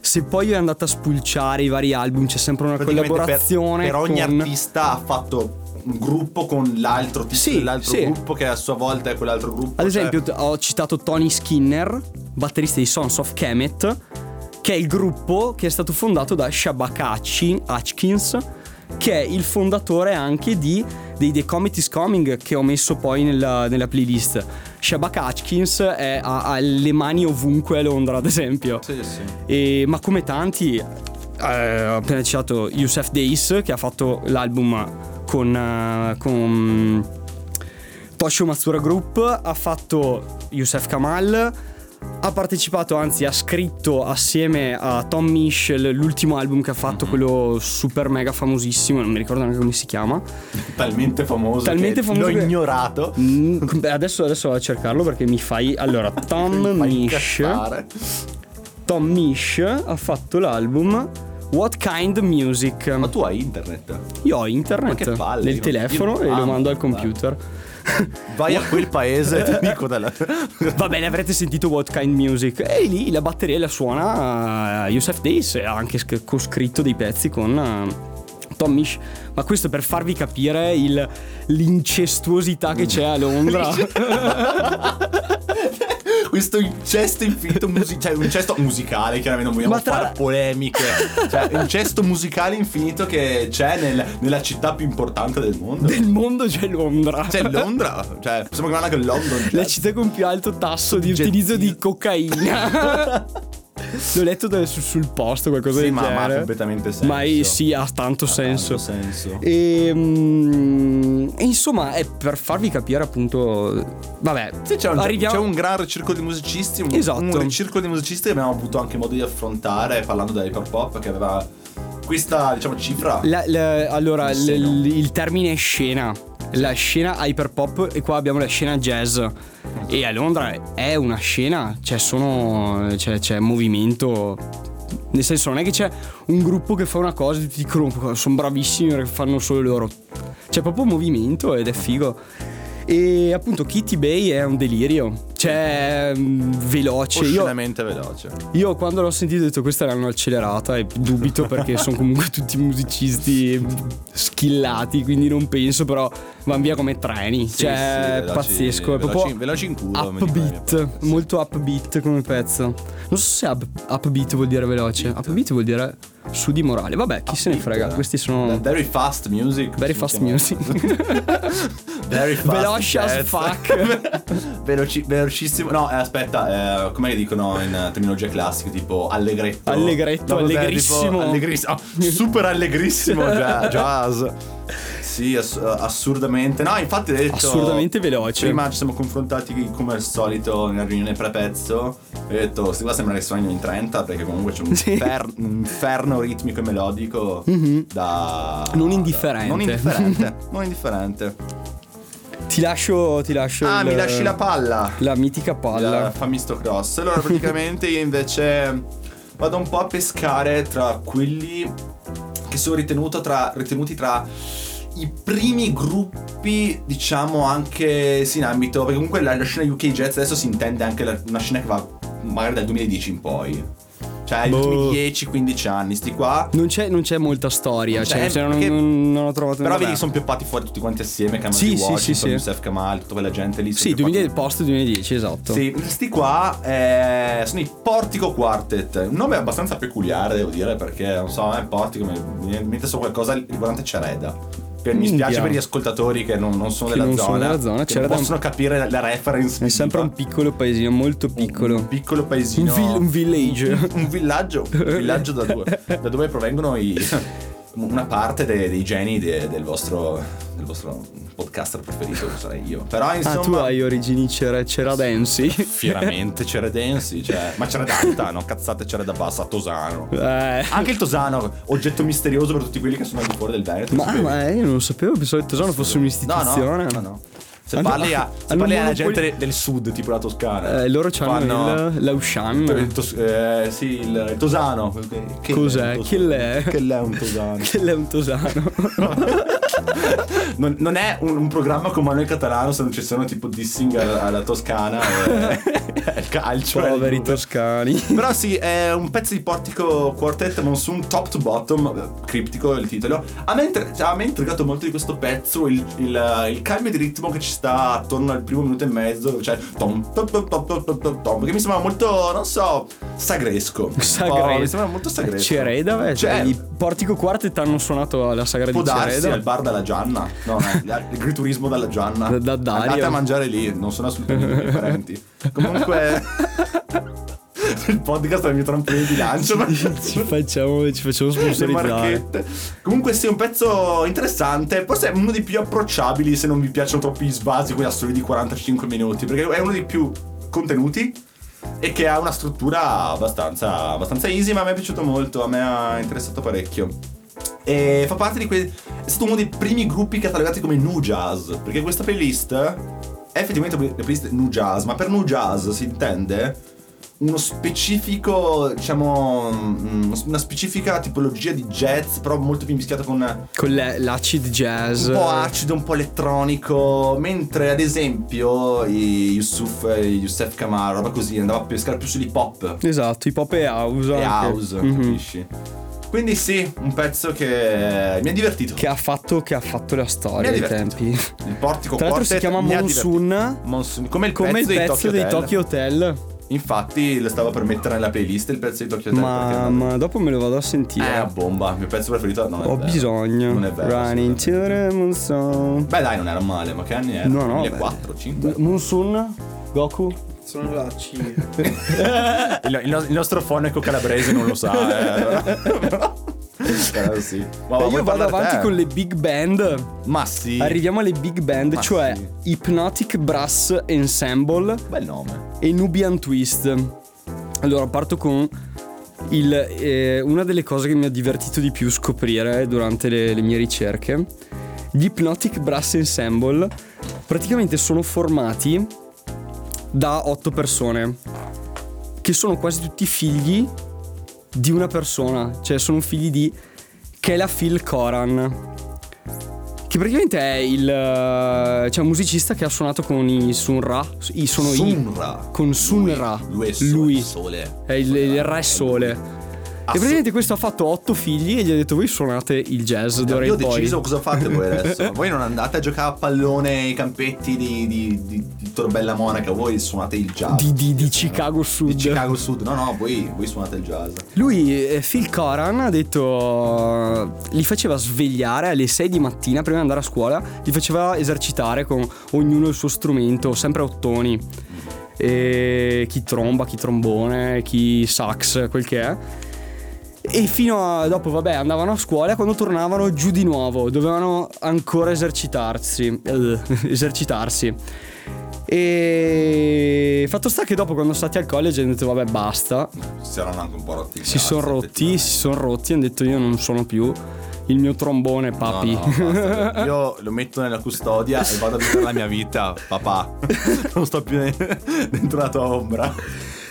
S3: se poi è andata a spulciare i vari album, c'è sempre una
S4: Praticamente per-
S3: collaborazione.
S4: Per, ogni
S3: con-
S4: artista ha fatto un gruppo con l'altro tipo,
S3: Sì,
S4: l'altro
S3: sì.
S4: gruppo che a sua volta è quell'altro gruppo.
S3: Ad
S4: cioè-
S3: esempio, t- ho citato Tony Skinner, batterista di Sons of Kemet, che è il gruppo che è stato fondato da Shabaka Hatchin- Hutchkins, che è il fondatore anche di dei The Comet is Coming che ho messo poi nella, nella playlist. Shabaka Hutchkins è- ha, ha le mani ovunque a Londra, ad esempio.
S4: Sì, sì.
S3: E- ma come tanti, eh, ho appena citato Youssef Days che ha fatto l'album con, eh, con Toshio Matsura Group, ha fatto Youssef Kamal, ha partecipato, anzi ha scritto assieme a Tom Michel l'ultimo album che ha fatto, quello super mega famosissimo, non mi ricordo neanche come si chiama.
S4: Talmente famoso.
S3: Talmente
S4: che
S3: famoso
S4: L'ho
S3: che-
S4: ignorato.
S3: Mm, beh, adesso, adesso vado a cercarlo perché [laughs] mi fai... Allora, Tom
S4: Mi fa
S3: Michel...
S4: incazzare.
S3: Tom Misch ha fatto l'album What Kind Music.
S4: Ma tu hai internet.
S3: Io ho
S4: Ma che
S3: internet
S4: palle,
S3: nel
S4: io-
S3: telefono
S4: io-
S3: e
S4: ah,
S3: lo mando al
S4: va.
S3: computer.
S4: Vai a quel paese, ti
S3: [laughs]
S4: dico dalla.
S3: Va bene, avrete sentito What Kind Music. E lì la batteria la suona eh, Yusef Days e ha anche sc- coscritto dei pezzi con eh, Tom Misch. Ma questo per farvi capire il- l'incestuosità che c'è
S4: [laughs]
S3: a Londra.
S4: Questo incesto infinito, musi- cioè un cesto musicale, chiaramente non vogliamo
S3: Ma tra-
S4: fare polemiche. Cioè, un cesto musicale infinito che c'è nel- nella città più importante del mondo.
S3: Del mondo c'è Londra.
S4: Cioè Londra, cioè possiamo chiamarla che London.
S3: La
S4: cioè.
S3: città con più alto tasso di utilizzo
S4: [laughs]
S3: di cocaina. L'ho letto da- su- sul posto, qualcosa
S4: Sì,
S3: del
S4: ma- ma ha
S3: genere.
S4: completamente senso.
S3: Ma eh, sì, ha tanto
S4: Ha
S3: senso.
S4: tanto senso.
S3: E, mm, e insomma, è per farvi capire appunto... Vabbè,
S4: Sì, c'è un,
S3: arriviamo...
S4: c'è un gran circolo di musicisti, un,
S3: Esatto.
S4: un circolo di musicisti che abbiamo avuto anche modo di affrontare parlando dell'hyper pop che aveva questa diciamo cifra.
S3: La- la- allora,
S4: Il
S3: l-
S4: seno.
S3: l- il termine è scena. La scena hyperpop e qua abbiamo la scena jazz. E a Londra è una scena, cioè sono. c'è, c'è movimento. Nel senso, non è che c'è un gruppo che fa una cosa e ti dicono sono bravissimi perché fanno solo loro. C'è proprio movimento ed è figo. E appunto Kitty Bay è un delirio. Cioè, mm, veloce. Io,
S4: oscenamente veloce.
S3: io quando l'ho sentito ho detto questa l'hanno accelerata e dubito perché sono comunque [laughs] tutti musicisti skillati, quindi non penso, però vanno via come treni.
S4: Sì,
S3: cioè,
S4: sì, veloci-
S3: pazzesco. È
S4: veloci-
S3: proprio
S4: veloci in culo, mi
S3: upbeat,
S4: pare.
S3: molto upbeat come pezzo. Non so se up- upbeat vuol dire veloce, upbeat vuol dire su di morale. Vabbè, chi se ne frega, questi sono
S4: Esatto. Very fast music.
S3: very
S4: si
S3: fast
S4: chiama. [laughs]
S3: music.
S4: Very fast.
S3: Veloce as
S4: jazz.
S3: fuck.
S4: [laughs] Veloci- velocissimo. No, eh, aspetta, eh, come dicono in eh, terminologia classica, tipo allegretto.
S3: Allegretto,
S4: cos'è, tipo
S3: allegrissimo.
S4: allegrissimo. Ah, super
S3: [laughs]
S4: allegrissimo già, jazz. Sì, ass- assurdamente. No, infatti ho detto
S3: Assurdamente veloce.
S4: Prima ci siamo confrontati come al solito nella riunione pre-pezzo. E ho detto, sti qua sembra che suonino in 30 perché comunque c'è un,
S3: [laughs] Sì. Mhm.
S4: infer- un inferno ritmico e melodico da...
S3: Non
S4: da-
S3: indifferente.
S4: non
S3: [laughs]
S4: indifferente. non indifferente.
S3: ti lascio, ti lascio.
S4: Ah,
S3: il-
S4: mi lasci la palla.
S3: La mitica
S4: La-
S3: palla.
S4: fammi sto cross. Allora, praticamente io invece vado un po' a pescare tra quelli che sono ritenuto tra, ritenuti tra i primi gruppi, diciamo anche sì, in ambito. Perché comunque la, la scena UK Jazz adesso si intende anche la- una scena che va magari dal 2010 in poi. Cioè, gli
S3: Boh.
S4: ultimi 10-15 anni, sti qua.
S3: Non c'è, non c'è molta storia,
S4: Cioè,
S3: cioè, cioè, non,
S4: perché-
S3: non- non ho trovato
S4: Però
S3: vabbè.
S4: vedi che sono pioppati fuori tutti quanti assieme, Cameron D.
S3: Sì, sì, sì,
S4: Washington,
S3: sì.
S4: Youssef Kamal, tutta quella gente lì. sono
S3: Sì,
S4: pioppati
S3: 2000, post 2010, esatto.
S4: Sì, questi qua eh, sono i Portico Quartet. Un nome abbastanza peculiare, devo dire, perché non so, a me Portico mi mi viene in mente solo qualcosa riguardante Cereda. Che mi spiace
S3: Minchia.
S4: per gli ascoltatori che non, non sono
S3: Che
S4: della
S3: non
S4: zona.
S3: sono della zona,
S4: che non
S3: Cereda è un-
S4: possono capire la, la reference.
S3: È sempre un
S4: viva.
S3: piccolo paesino, molto
S4: Un
S3: piccolo.
S4: piccolo
S3: Un,
S4: paesino.
S3: vil- un village. [laughs]
S4: un villaggio. Un villaggio da due. Da dove provengono i. [laughs] una parte de- dei geni de- del, vostro, del vostro podcaster preferito, che sarei io. Però
S3: Ah,
S4: insomma...
S3: tu hai origini
S4: [laughs]
S3: cera, ceradensi.
S4: Fieramente c'era Densi, cioè, ma c'era Danta, no? Cazzate c'era da bassa, Tosano.
S3: Eh.
S4: Anche il Tosano, oggetto misterioso per tutti quelli che sono al di fuori del Veneto. lo
S3: Ma,
S4: sapevi?
S3: ma eh, io non lo sapevo, pensavo che il tesoro fosse
S4: No, no,
S3: un'istituzione.
S4: no, no. Se
S3: Ah, no.
S4: parli, a, se
S3: Al
S4: parli alla
S3: Monopoli-
S4: gente de- del sud, tipo la Toscana,
S3: Eh, loro c'hanno
S4: fanno-
S3: il Laushan.
S4: il tos- eh, sì, il, il Tosano. Che- che è
S3: Cos'è?
S4: un Tosano?
S3: Che l'è?
S4: Che l'è un Tosano?
S3: [laughs] Che l'è un
S4: [laughs]
S3: tosano.
S4: non, non è un, un programma come noi catalano se non ci sono tipo dissing alla, alla Toscana e
S3: [laughs]
S4: al calcio. e al
S3: Poveri
S4: Juve.
S3: toscani.
S4: [laughs] Però sì, è un pezzo di Portico Quartet Monsoon top to bottom, eh, criptico il titolo. A me, inter- cioè, a me ha intrigato molto di questo pezzo il, il- il cambio di ritmo che ci sta attorno al primo minuto e mezzo, dove c'è tom, tom, tom, tom, tom, tom, tom, tom, che mi sembra molto, non so, sagresco. Un po',
S3: Sagre.
S4: Mi sembra molto sagresco.
S3: Cereda, beh, cioè,
S4: Cioè,
S3: i Portico Quartet hanno suonato alla sagra
S4: Può
S3: di
S4: darsi
S3: Cereda.
S4: al bar dalla Gianna, no,
S3: [laughs]
S4: no, al- il griturismo dalla Gianna.
S3: Da- da
S4: Andate
S3: Dario.
S4: a mangiare lì, non sono assolutamente miei parenti.
S3: [laughs]
S4: Comunque, il podcast è il mio trampolino di lancio. Ma...
S3: Ci facciamo, ci
S4: [laughs]
S3: facciamo
S4: le
S3: sponsorizzare.
S4: marchette. Comunque sì, un pezzo interessante. Forse è uno dei più approcciabili se non vi piacciono troppo gli svasi, quegli assoli di 45 minuti. Perché è uno dei più contenuti e che ha una struttura abbastanza, abbastanza easy, ma mi è piaciuto molto, a me ha interessato parecchio. E fa parte di quei. È stato uno dei primi gruppi catalogati come Nu Jazz. Perché questa playlist è effettivamente una playlist Nu Jazz, ma per Nu Jazz si intende uno specifico, diciamo, mm, una specifica tipologia di jazz, però molto più mischiata con
S3: Con le- l'acid jazz.
S4: un po' acido, un po' elettronico, mentre ad esempio i- Yusuf, eh, Youssef Kamara, roba così, andava a pescare più sull'hip hop
S3: Esatto, hip hop e house.
S4: e
S3: anche.
S4: house,
S3: Mhm.
S4: capisci? Quindi sì, un pezzo che mi ha divertito.
S3: Che ha fatto, che ha fatto la storia
S4: Mi
S3: ai
S4: ha
S3: tempi.
S4: Il portico
S3: Tra l'altro
S4: Quartet
S3: si chiama
S4: mi ha
S3: Monsoon.
S4: divertito. Monsoon, come il
S3: Come
S4: pezzo,
S3: il
S4: dei
S3: pezzo dei
S4: Hotel.
S3: Tokyo Hotel.
S4: Infatti lo stavo per mettere nella playlist il pezzo di Tokyo Hotel. perché
S3: Ma,
S4: non-
S3: ma dopo me lo vado a
S4: Eh, a
S3: sentire.
S4: bomba, il mio pezzo preferito non è
S3: Ho
S4: vero.
S3: bisogno.
S4: Non è vero.
S3: Running to
S4: assolutamente.
S3: the Monsoon.
S4: Beh dai, non era male, ma che anni era?
S3: No, no.
S4: 2004,
S3: [laughs]
S4: 5.
S3: Monsoon, Goku.
S1: Sono la C.
S4: Il, il no- il nostro fonico calabrese non lo [laughs] sa, eh. Però sì. Ma
S3: E
S4: vuoi
S3: io vado
S4: parlare
S3: avanti
S4: te?
S3: con le big band.
S4: Ma sì.
S3: Arriviamo alle big band,
S4: Ma
S3: cioè
S4: sì.
S3: Hypnotic Brass Ensemble
S4: Bel nome.
S3: e Nubian Twist. Allora, parto con il, eh, una delle cose che mi ha divertito di più scoprire durante le, le mie ricerche. Gli Hypnotic Brass Ensemble praticamente sono formati da otto persone, che sono quasi tutti figli di una persona, cioè sono figli di Kela Phil Koran. Che praticamente è il eh, cioè, un musicista che ha suonato con i Sun Ra. I sono i
S4: Sunra.
S3: con Sun
S4: Lui.
S3: Ra.
S4: Lui è sole, sole.
S3: è il,
S4: Sole,
S3: il
S4: è
S3: re
S4: lui.
S3: sole. E praticamente questo ha fatto otto figli e gli ha detto voi suonate il jazz d'ora
S4: Io ho
S3: in poi.
S4: deciso cosa fate
S3: [laughs]
S4: voi adesso. voi non andate a giocare a pallone ai campetti di, di, di- di Torbella Monaca, voi suonate il jazz.
S3: Di- di- di Chicago Sud.
S4: Di Chicago Sud. No, no, voi, voi suonate il jazz.
S3: Lui, eh, Phil Coran, ha detto. Li faceva svegliare alle 6 di mattina prima di andare a scuola, li faceva esercitare con ognuno il suo strumento, sempre a ottoni. E chi tromba, chi trombone, chi sax, quel che è. E fino a dopo, vabbè, andavano a scuola e quando tornavano giù di nuovo, dovevano ancora esercitarsi. eh, [laughs] esercitarsi. E fatto sta che dopo, quando sono stati al college, hanno detto, vabbè, basta
S4: Si erano anche un po' rotti. il
S3: si
S4: cazzo,
S3: sono rotti,
S4: effettivamente.
S3: si sono rotti, hanno detto io non sono più il mio trombone papi.
S4: No, no,
S3: [laughs]
S4: basta. Io lo metto nella custodia e vado a vivere la mia vita,
S3: [laughs]
S4: papà. Non sto più ne- dentro la tua ombra.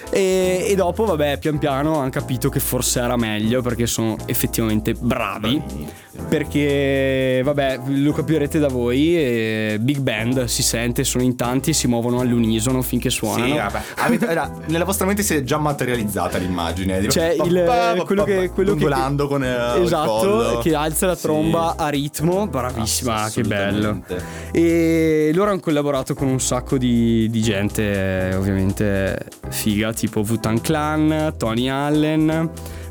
S3: e, e dopo vabbè pian piano hanno capito che forse era meglio perché sono effettivamente bravi. Perché vabbè lo capirete da voi, eh, big band si sente, sono in tanti e si muovono all'unisono finché suonano.
S4: Sì, vabbè. Avete- era- nella vostra mente si è già materializzata l'immagine. Tipo,
S3: Cioè,
S4: pa-
S3: il,
S4: pa- pa-
S3: quello
S4: pa-
S3: che.
S4: pa-
S3: Quello che
S4: dondolando con eh, il
S3: Esatto,
S4: collo.
S3: che alza la
S4: Sì.
S3: tromba a ritmo. Bravissima, che bello.
S4: Assolutamente.
S3: E loro hanno collaborato con un sacco di, di gente, eh, ovviamente figa, tipo Wutan Clan, Tony Allen.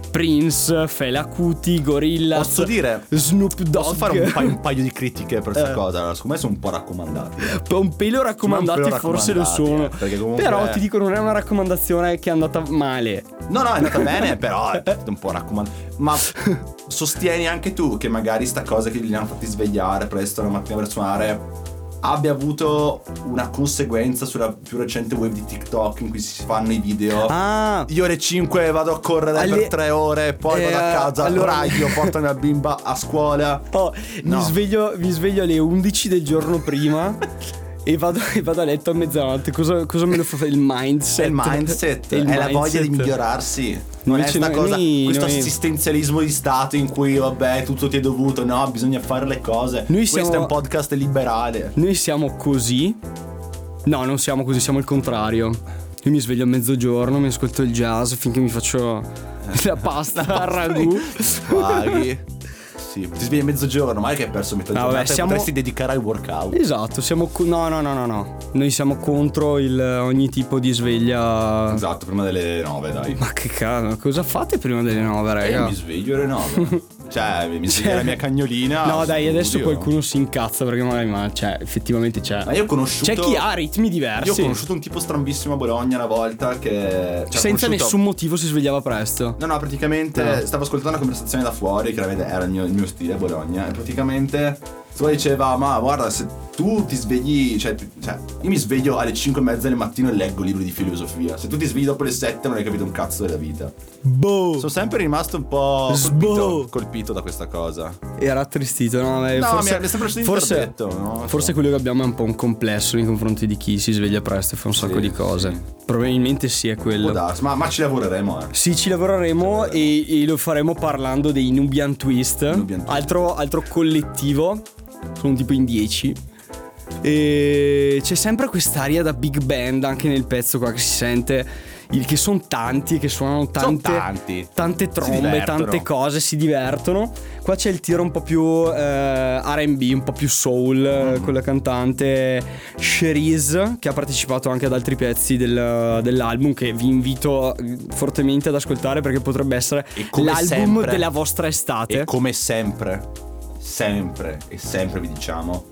S3: Prince, Fela Kuti, Gorilla.
S4: Posso dire?
S3: Snoop Dogg.
S5: Posso fare un, pa- un paio di critiche per
S3: Eh.
S5: questa cosa? Allora,
S4: Secondo me sono un po' raccomandati. eh.
S3: un pelo raccomandati,
S5: pelo
S3: forse lo sono.
S5: raccomandati, eh, perché comunque-
S3: Però ti dico, non è una raccomandazione che è andata male.
S4: Oh.
S5: No, no, è andata
S3: [laughs]
S5: bene, però
S4: Però è un po' raccomandati. Ma sostieni anche tu che magari sta cosa che li hanno fatti svegliare presto la mattina per suonare abbia avuto una conseguenza sulla più recente web di TikTok in cui si fanno i video.
S3: Ah,
S4: Io alle 5 vado a correre
S3: Alle-
S4: per 3 ore, poi
S3: Eh,
S4: vado a casa,
S3: allora-
S4: allora... raglio, porto la mia bimba a scuola.
S3: oh,
S4: No.
S3: mi, sveglio, mi sveglio alle 11 del giorno prima. E vado, e vado a letto a mezzanotte. Cosa, cosa me lo fa? Il
S4: È
S3: mindset.
S4: Cioè, il
S3: [laughs]
S4: mindset, è la voglia di migliorarsi. Non
S3: Invece
S4: è sta
S3: noi-
S4: cosa,
S3: noi-
S4: questo
S3: noi-
S4: assistenzialismo di Stato in cui vabbè tutto ti è dovuto, no, bisogna fare le cose.
S3: Noi
S4: Questo
S3: siamo-
S4: è un podcast liberale.
S3: Noi siamo così. No, non siamo così, siamo il contrario. Io mi sveglio a mezzogiorno, mi ascolto il jazz finché mi faccio [laughs] la pasta al ragù.
S4: Paghi. sì, ti svegli a mezzogiorno, ma è che hai perso metà
S3: No, vabbè,
S4: giornata e
S3: siamo-
S4: potresti dedicare al workout.
S3: Esatto, siamo co- no, no, no, no, no. Noi siamo contro il, ogni tipo di sveglia.
S4: Esatto, prima delle 9, dai.
S3: Ma che cazzo, cosa fate prima delle nove,
S4: Eh,
S3: raga?
S4: mi sveglio alle
S3: [laughs]
S4: 9. cioè, mi mi sveglio la mia cagnolina.
S3: No,
S4: al
S3: dai, adesso
S4: studio.
S3: qualcuno si incazza perché magari ma cioè, effettivamente c'è.
S4: Ma io ho conosciuto
S3: C'è chi ha ritmi diversi.
S4: Io ho conosciuto un tipo strambissimo a Bologna una volta che cioè, ho
S3: Senza
S4: conosciuto-
S3: nessun motivo si svegliava presto.
S4: No, no, praticamente stavo ascoltando una conversazione da fuori, che veramente era il mio, il mio stile a Bologna, e praticamente tu diceva, ma guarda, se tu ti svegli, cioè, ti- cioè, io mi sveglio alle 5 e mezza del mattino e leggo libri di filosofia, se tu ti svegli dopo le 7 non hai capito un cazzo della vita.
S3: Boh!
S4: Sono sempre rimasto un po'
S3: Sboh.
S4: colpito, colpito da questa cosa.
S3: Era attristito, no? Beh,
S4: No,
S3: Eh, forse,
S4: mi è sempre stato
S3: forse,
S4: interdetto, no? So.
S3: forse quello che abbiamo è un po' un complesso nei confronti di chi si sveglia presto e fa un sacco di cose. Probabilmente sì, è
S4: Può
S3: quello.
S4: darsi, ma, ma ci lavoreremo, eh.
S3: Sì, ci lavoreremo e, e lo faremo parlando dei Nubian Twist,
S4: Nubian Twist.
S3: Altro, altro collettivo, sono tipo in 10. E c'è sempre quest'aria da big band anche nel pezzo qua che si sente, il, che sono tanti, che suonano
S4: Sono
S3: tante,
S4: tanti.
S3: tante trombe,
S4: divertono.
S3: tante cose, si divertono. Qua c'è il tiro un po' più eh, RB, un po' più soul,
S4: Mm-hmm.
S3: eh, con la cantante Cherise, che ha partecipato anche ad altri pezzi del- dell'album, che vi invito eh, fortemente ad ascoltare perché potrebbe essere
S4: E come
S3: l'album
S4: sempre-
S3: della vostra estate.
S4: E come sempre, sempre e sempre vi diciamo,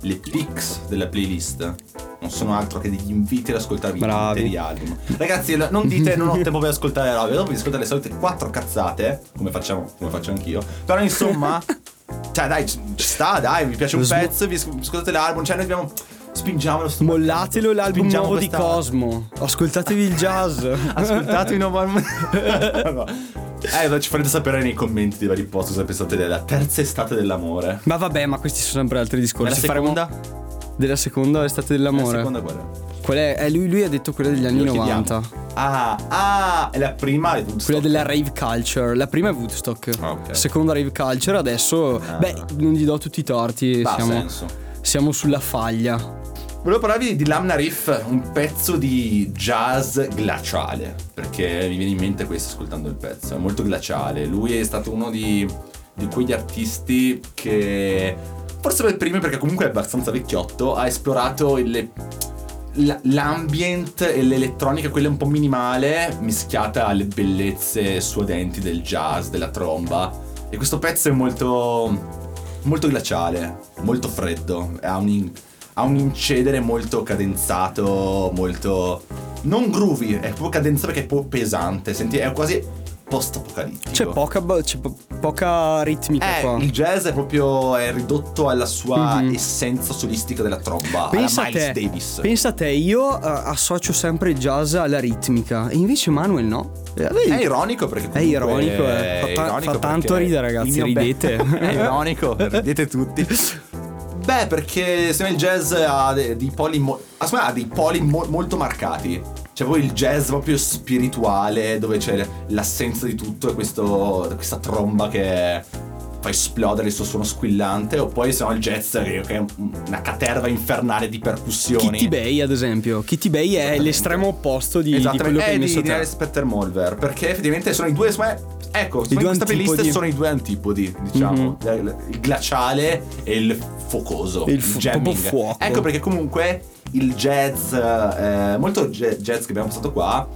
S4: le picks della playlist non sono altro che degli inviti ad ascoltarvi
S3: Bravi.
S4: interi album. Ragazzi, l- non dite non ho tempo per ascoltare la roba, dopo vi ascoltate le solite quattro cazzate, come facciamo, come faccio anch'io. Però
S3: [laughs]
S4: insomma, cioè dai, ci ci sta, dai, vi piace un
S3: Smo-
S4: pezzo, vi sc- ascoltate l'album, cioè noi abbiamo spingiamolo sto-
S3: Mollatelo l'album
S4: spingiamo
S3: nuovo di
S4: questa-
S3: Cosmo. Ascoltatevi
S4: [laughs]
S3: il jazz.
S4: Ascoltate i nuovo [laughs] Eh, ci farete sapere nei commenti dei vari post cosa pensate della terza estate dell'amore.
S3: Ma vabbè, ma questi sono sempre altri
S4: Nella
S3: discorsi. Faremo-
S4: seconda?
S3: della seconda estate
S4: Nella
S3: dell'amore.
S4: seconda guerra.
S3: Qual è? Eh, lui, lui ha detto quella degli anni
S4: Lo chiediamo.
S3: 90.
S4: Ah, ah, è la prima è Woodstock.
S3: Quella della rave culture. La prima è Woodstock.
S4: Ah, ok. Ah.
S3: Seconda rave culture. Adesso. Beh, non gli do tutti i torti.
S4: Ha
S3: siamo,
S4: senso.
S3: siamo sulla faglia.
S4: Volevo parlarvi di Lamna Riff, un pezzo di jazz glaciale, perché mi viene in mente questo ascoltando il pezzo, è molto glaciale. Lui è stato uno di, di quegli artisti che, forse per il primo perché comunque è abbastanza vecchiotto, ha esplorato il- la- l'ambient e l'elettronica, quella un po' minimale, mischiata alle bellezze suadenti del jazz, della tromba. E questo pezzo è molto, molto glaciale, molto freddo, ha un... in- ha un incedere molto cadenzato, molto. non groovy, è proprio cadenzato perché è proprio pesante. Senti, è quasi post-apocalittico.
S3: C'è poca, bo- c'è po- poca ritmica qua.
S4: Eh, il jazz è proprio è ridotto alla sua
S3: Mhm.
S4: essenza solistica della tromba,
S3: Pensa
S4: alla
S3: a
S4: Ah, Miles
S3: te,
S4: Davis.
S3: pensa a te, io eh, associo sempre il jazz alla ritmica. E invece Manuel no. Eh, vedi?
S4: è ironico perché
S3: È
S4: comunque
S3: ironico, eh. Fa,
S4: è
S3: ta-
S4: ironico
S3: fa tanto
S4: perché
S3: ridere,
S4: il
S3: ragazzi.
S4: mio be-
S3: Ridete.
S4: [laughs] è ironico, ridete tutti. Beh, perché se no il jazz ha de- dei poli, mo- ah, scusa, ha dei poli mo- molto marcati. C'è poi il jazz proprio spirituale, dove c'è l'assenza di tutto e questo- questa tromba che fa esplodere il suo suono squillante. O poi se no il jazz che che è una caterva infernale di percussioni.
S3: Kitty Bay, ad esempio. Kitty Bay è l'estremo opposto di, di quello che
S4: Esattamente,
S3: hai
S4: è Esatto,
S3: messo
S4: eh, di, di
S3: te.
S4: Alice Petter Molver, perché effettivamente sono i due, secondo me- ecco,
S3: due
S4: in questa playlist
S3: antipodi. Mhm.
S4: sono i due antipodi, diciamo, il, il glaciale e il focoso,
S3: Il fu-
S4: jamming.
S3: proprio fuoco.
S4: Ecco perché comunque il jazz, eh, molto ge- jazz che abbiamo passato qua,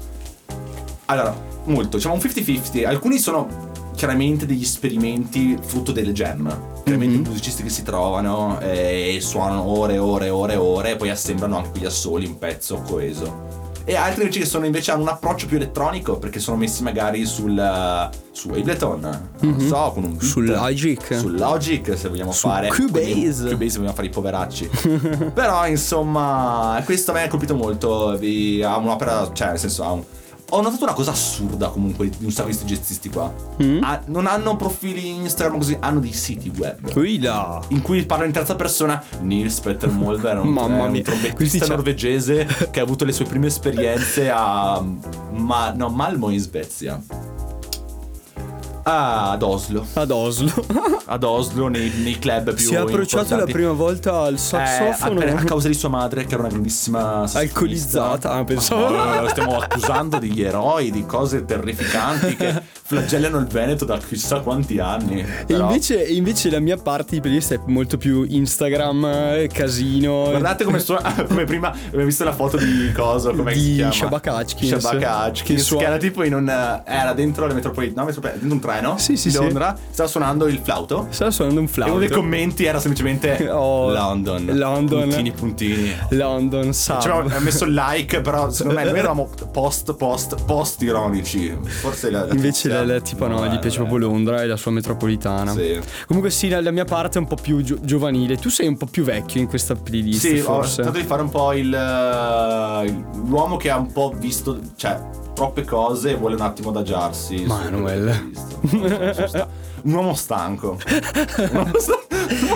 S4: allora, molto, diciamo un 50-50. Alcuni sono chiaramente degli esperimenti frutto delle jam. Chiaramente
S3: Mhm.
S4: musicisti che si trovano eh, e suonano ore e ore e ore e ore e poi assemblano anche da soli un pezzo coeso. E altri invece che sono invece hanno un approccio più elettronico perché sono messi magari sul eh, su Ableton, non so, con un beat,
S3: Mhm. Sul Logic.
S4: sul Logic se vogliamo
S3: Su
S4: fare
S3: Cubase.
S4: Cubase vogliamo fare i
S3: [laughs]
S4: poveracci però insomma questo a me ha colpito molto vi- ha un'opera cioè nel senso ha un- ho notato una cosa assurda comunque di un sacco di questi jazzisti qua
S3: Mm?
S4: Ha- non hanno profili Instagram così hanno dei siti web
S3: Guida.
S4: in cui parla in terza persona Nils Petter Molver, un,
S3: [laughs] Mamma
S4: è un
S3: mia. Questi
S4: trombettista
S3: c'ha-
S4: norvegese che ha avuto le sue prime esperienze a Ma- no, Malmo in Svezia. Ah, ad Oslo.
S3: Ad Oslo. [laughs]
S4: Ad Oslo, nei, nei club più
S3: si è approcciato la
S4: importanti.
S3: prima volta al
S4: Eh, a,
S3: sassofono.
S4: per- a causa di sua madre, che era una grandissima sassofonista.
S3: Alcolizzata, ah, pensavo.
S4: No, no, no, no, stiamo accusando degli eroi, di cose terrificanti
S3: [laughs]
S4: che flagellano il Veneto da chissà quanti anni. [laughs]
S3: E
S4: Però-
S3: invece, e invece la mia parte di playlist è molto più Instagram, eh, casino.
S4: Guardate come suona, [laughs] come prima abbiamo visto la foto di cosa, come
S3: Di
S4: si chiama?
S3: Shabaka Hutchins.
S4: Shabaka Hutchins,
S3: Che suona-
S4: che era tipo in un, eh, era dentro le metropoli, no, metropoli- dentro un treno
S3: Sì, sì,
S4: di
S3: sì.
S4: Londra, stava suonando il flauto
S3: Stava suonando un
S4: e
S3: flauto.
S4: uno dei commenti era semplicemente
S3: [laughs] Oh,
S4: London,
S3: London. Ah.
S4: puntini puntini.
S3: London,
S4: Cioè,
S3: sub.
S4: ha messo il like, però secondo me noi eravamo post, post, post ironici. Forse la, la
S3: Invece
S4: tizia-
S3: la, la tipa no,
S4: eh,
S3: gli piace
S4: vabbè.
S3: proprio Londra e la sua metropolitana.
S4: Sì.
S3: Comunque sì, la, la mia parte è un po' più gio- giovanile. Tu sei un po' più vecchio in questa playlist
S4: Sì, ho
S3: forse.
S4: cercato di fare un po' il eh, l'uomo che ha un po' visto, cioè, troppe cose e vuole un attimo adagiarsi. su
S3: Manuel.
S4: quello che ha visto. Sono-
S3: [laughs]
S4: sono sta- Un uomo stanco.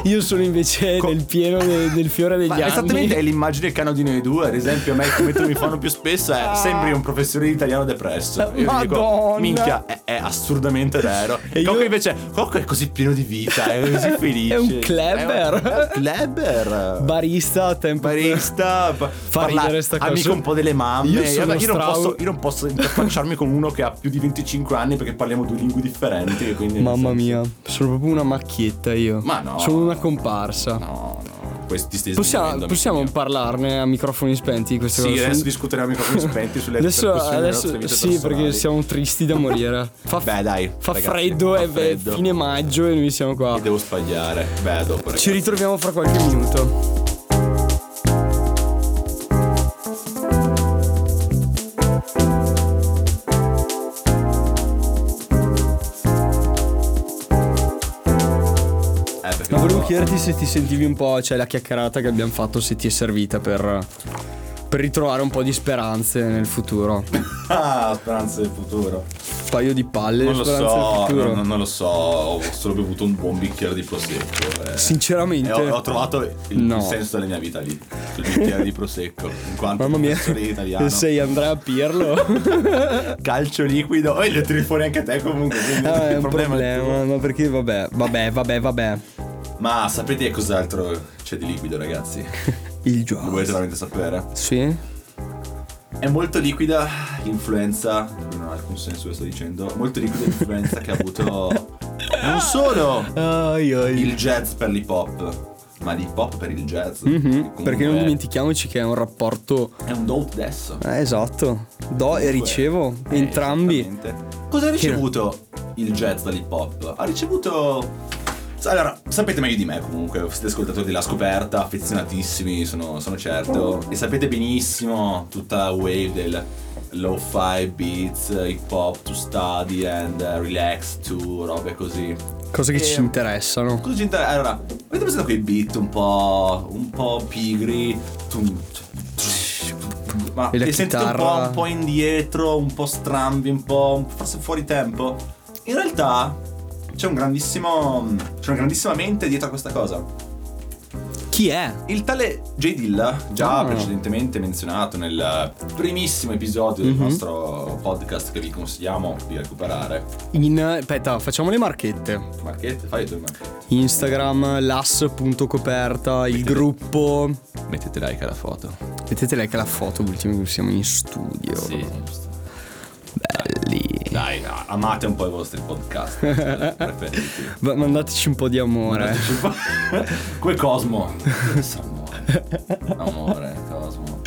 S3: Io sono invece
S4: [laughs] Co-
S3: nel pieno de- del fiore degli
S4: Ma
S3: anni.
S4: esattamente è l'immagine che hanno di noi due. Ad esempio, a me il commento che mi fanno più spesso è sembri un professore di italiano depresso. Io gli
S3: Ah. Madonna.
S4: dico, minchia, è, è assurdamente vero.
S3: E
S4: Cocco
S3: io-
S4: invece, Cocco è così pieno di vita, è così felice.
S3: [laughs] È un
S4: È un-
S3: [laughs] clever.
S4: è un clever.
S3: Barista a tempo [laughs]
S4: barista pa- parla-
S3: ridere sta cosa.
S4: amico un po' delle mamme
S3: Io
S4: io,
S3: sono
S4: io non
S3: strau-
S4: posso io non posso interfacciarmi con uno che ha più di 25 anni perché parliamo due lingue differenti e quindi
S3: Mamma mia, sono proprio una macchietta io.
S4: Ma no.
S3: Sono una comparsa.
S4: no no questi stessi
S3: Possiamo, possiamo parlarne a microfoni spenti di queste
S4: sì
S3: cose?
S4: adesso discuteremo i
S3: [laughs]
S4: microfoni spenti sulle
S3: Adesso,
S4: ripercussioni delle
S3: adesso-
S4: nostre vite
S3: sì,
S4: personali.
S3: perché siamo tristi da
S4: [laughs]
S3: morire. Fa,
S4: Beh, dai,
S3: fa
S4: ragazzi,
S3: freddo,
S4: fa
S3: è è
S4: freddo.
S3: fine maggio e noi siamo qua.
S4: Mi devo sbagliare beh dopo ragazzi.
S3: Ci ritroviamo fra qualche minuto.
S4: eh, perché
S3: Ma volevo
S4: no.
S3: chiederti se ti sentivi un po', cioè la chiacchierata che abbiamo fatto, se ti è servita per, per ritrovare un po' di speranze nel futuro. Un
S4: [laughs] ah speranze del futuro
S3: paio di palle
S4: non
S3: di
S4: lo
S3: speranze nel
S4: so
S3: futuro.
S4: non, non- non lo so ho solo bevuto un buon bicchiere di prosecco eh.
S3: Sinceramente,
S4: E ho, ho trovato il, il
S3: No.
S4: senso della mia vita lì, sul bicchiere di prosecco, in quanto
S3: mamma mia,
S4: professore di italiano.
S3: sei Andrea
S4: [laughs]
S3: Pirlo.
S4: Calcio liquido, e lo tiri fuori anche te comunque. quindi
S3: Ah, [laughs] è
S4: il
S3: un
S4: problema è
S3: problema, ma perché vabbè, vabbè, vabbè, vabbè.
S4: tuo. Ma sapete cos'altro c'è di liquido,
S3: [laughs]
S4: ragazzi?
S3: Il
S4: Lo
S3: gioco.
S4: volete veramente sapere?
S3: Sì?
S4: È molto liquida l'influenza, non ha alcun senso che sto dicendo, molto liquida l'influenza che ha
S3: [laughs]
S4: avuto non solo il jazz per l'hip hop, ma l'hip hop per il jazz. che comunque
S3: Mhm. Perché non dimentichiamoci che è un rapporto...
S4: È un dope adesso.
S3: Eh, esatto. Do e ricevo,
S4: Eh,
S3: entrambi.
S4: esattamente. Cosa ha ricevuto il jazz dall'hip hop? Ha ricevuto. Allora, sapete meglio di me comunque, siete ascoltatori della scoperta, affezionatissimi, sono, sono certo, e sapete benissimo tutta la wave del lo-fi beats, hip hop to study and eh, relax to, robe così.
S3: Cose che ci
S4: Eh,
S3: interessano.
S4: Cosa ci inter- Allora, avete pensato quei beat un po'. un po' pigri. Tum, tum, tum, ma
S3: E la
S4: li sentite un po',
S3: chitarra?
S4: un po' indietro, un po' strambi, un po'. forse fuori tempo. In realtà c'è un grandissimo. c'è una grandissima mente dietro a questa cosa.
S3: Chi è?
S4: Il tale J. Dilla, già
S3: Ah.
S4: precedentemente menzionato nel primissimo episodio del
S3: Mhm.
S4: nostro podcast che vi consigliamo di recuperare.
S3: In... Aspetta, facciamo le marchette.
S4: Marchette, fai le tue marchette.
S3: Instagram, las.coperta, il gruppo...
S4: Mettete like alla foto.
S3: Mettete like la foto ultima che siamo in studio. Belli.
S4: Dai, no, amate un po' i vostri podcast.
S3: [laughs]
S4: eh, preferiti.
S3: Va- mandateci un po' di amore. [laughs]
S4: Come Cosmo. Amore, Cosmo.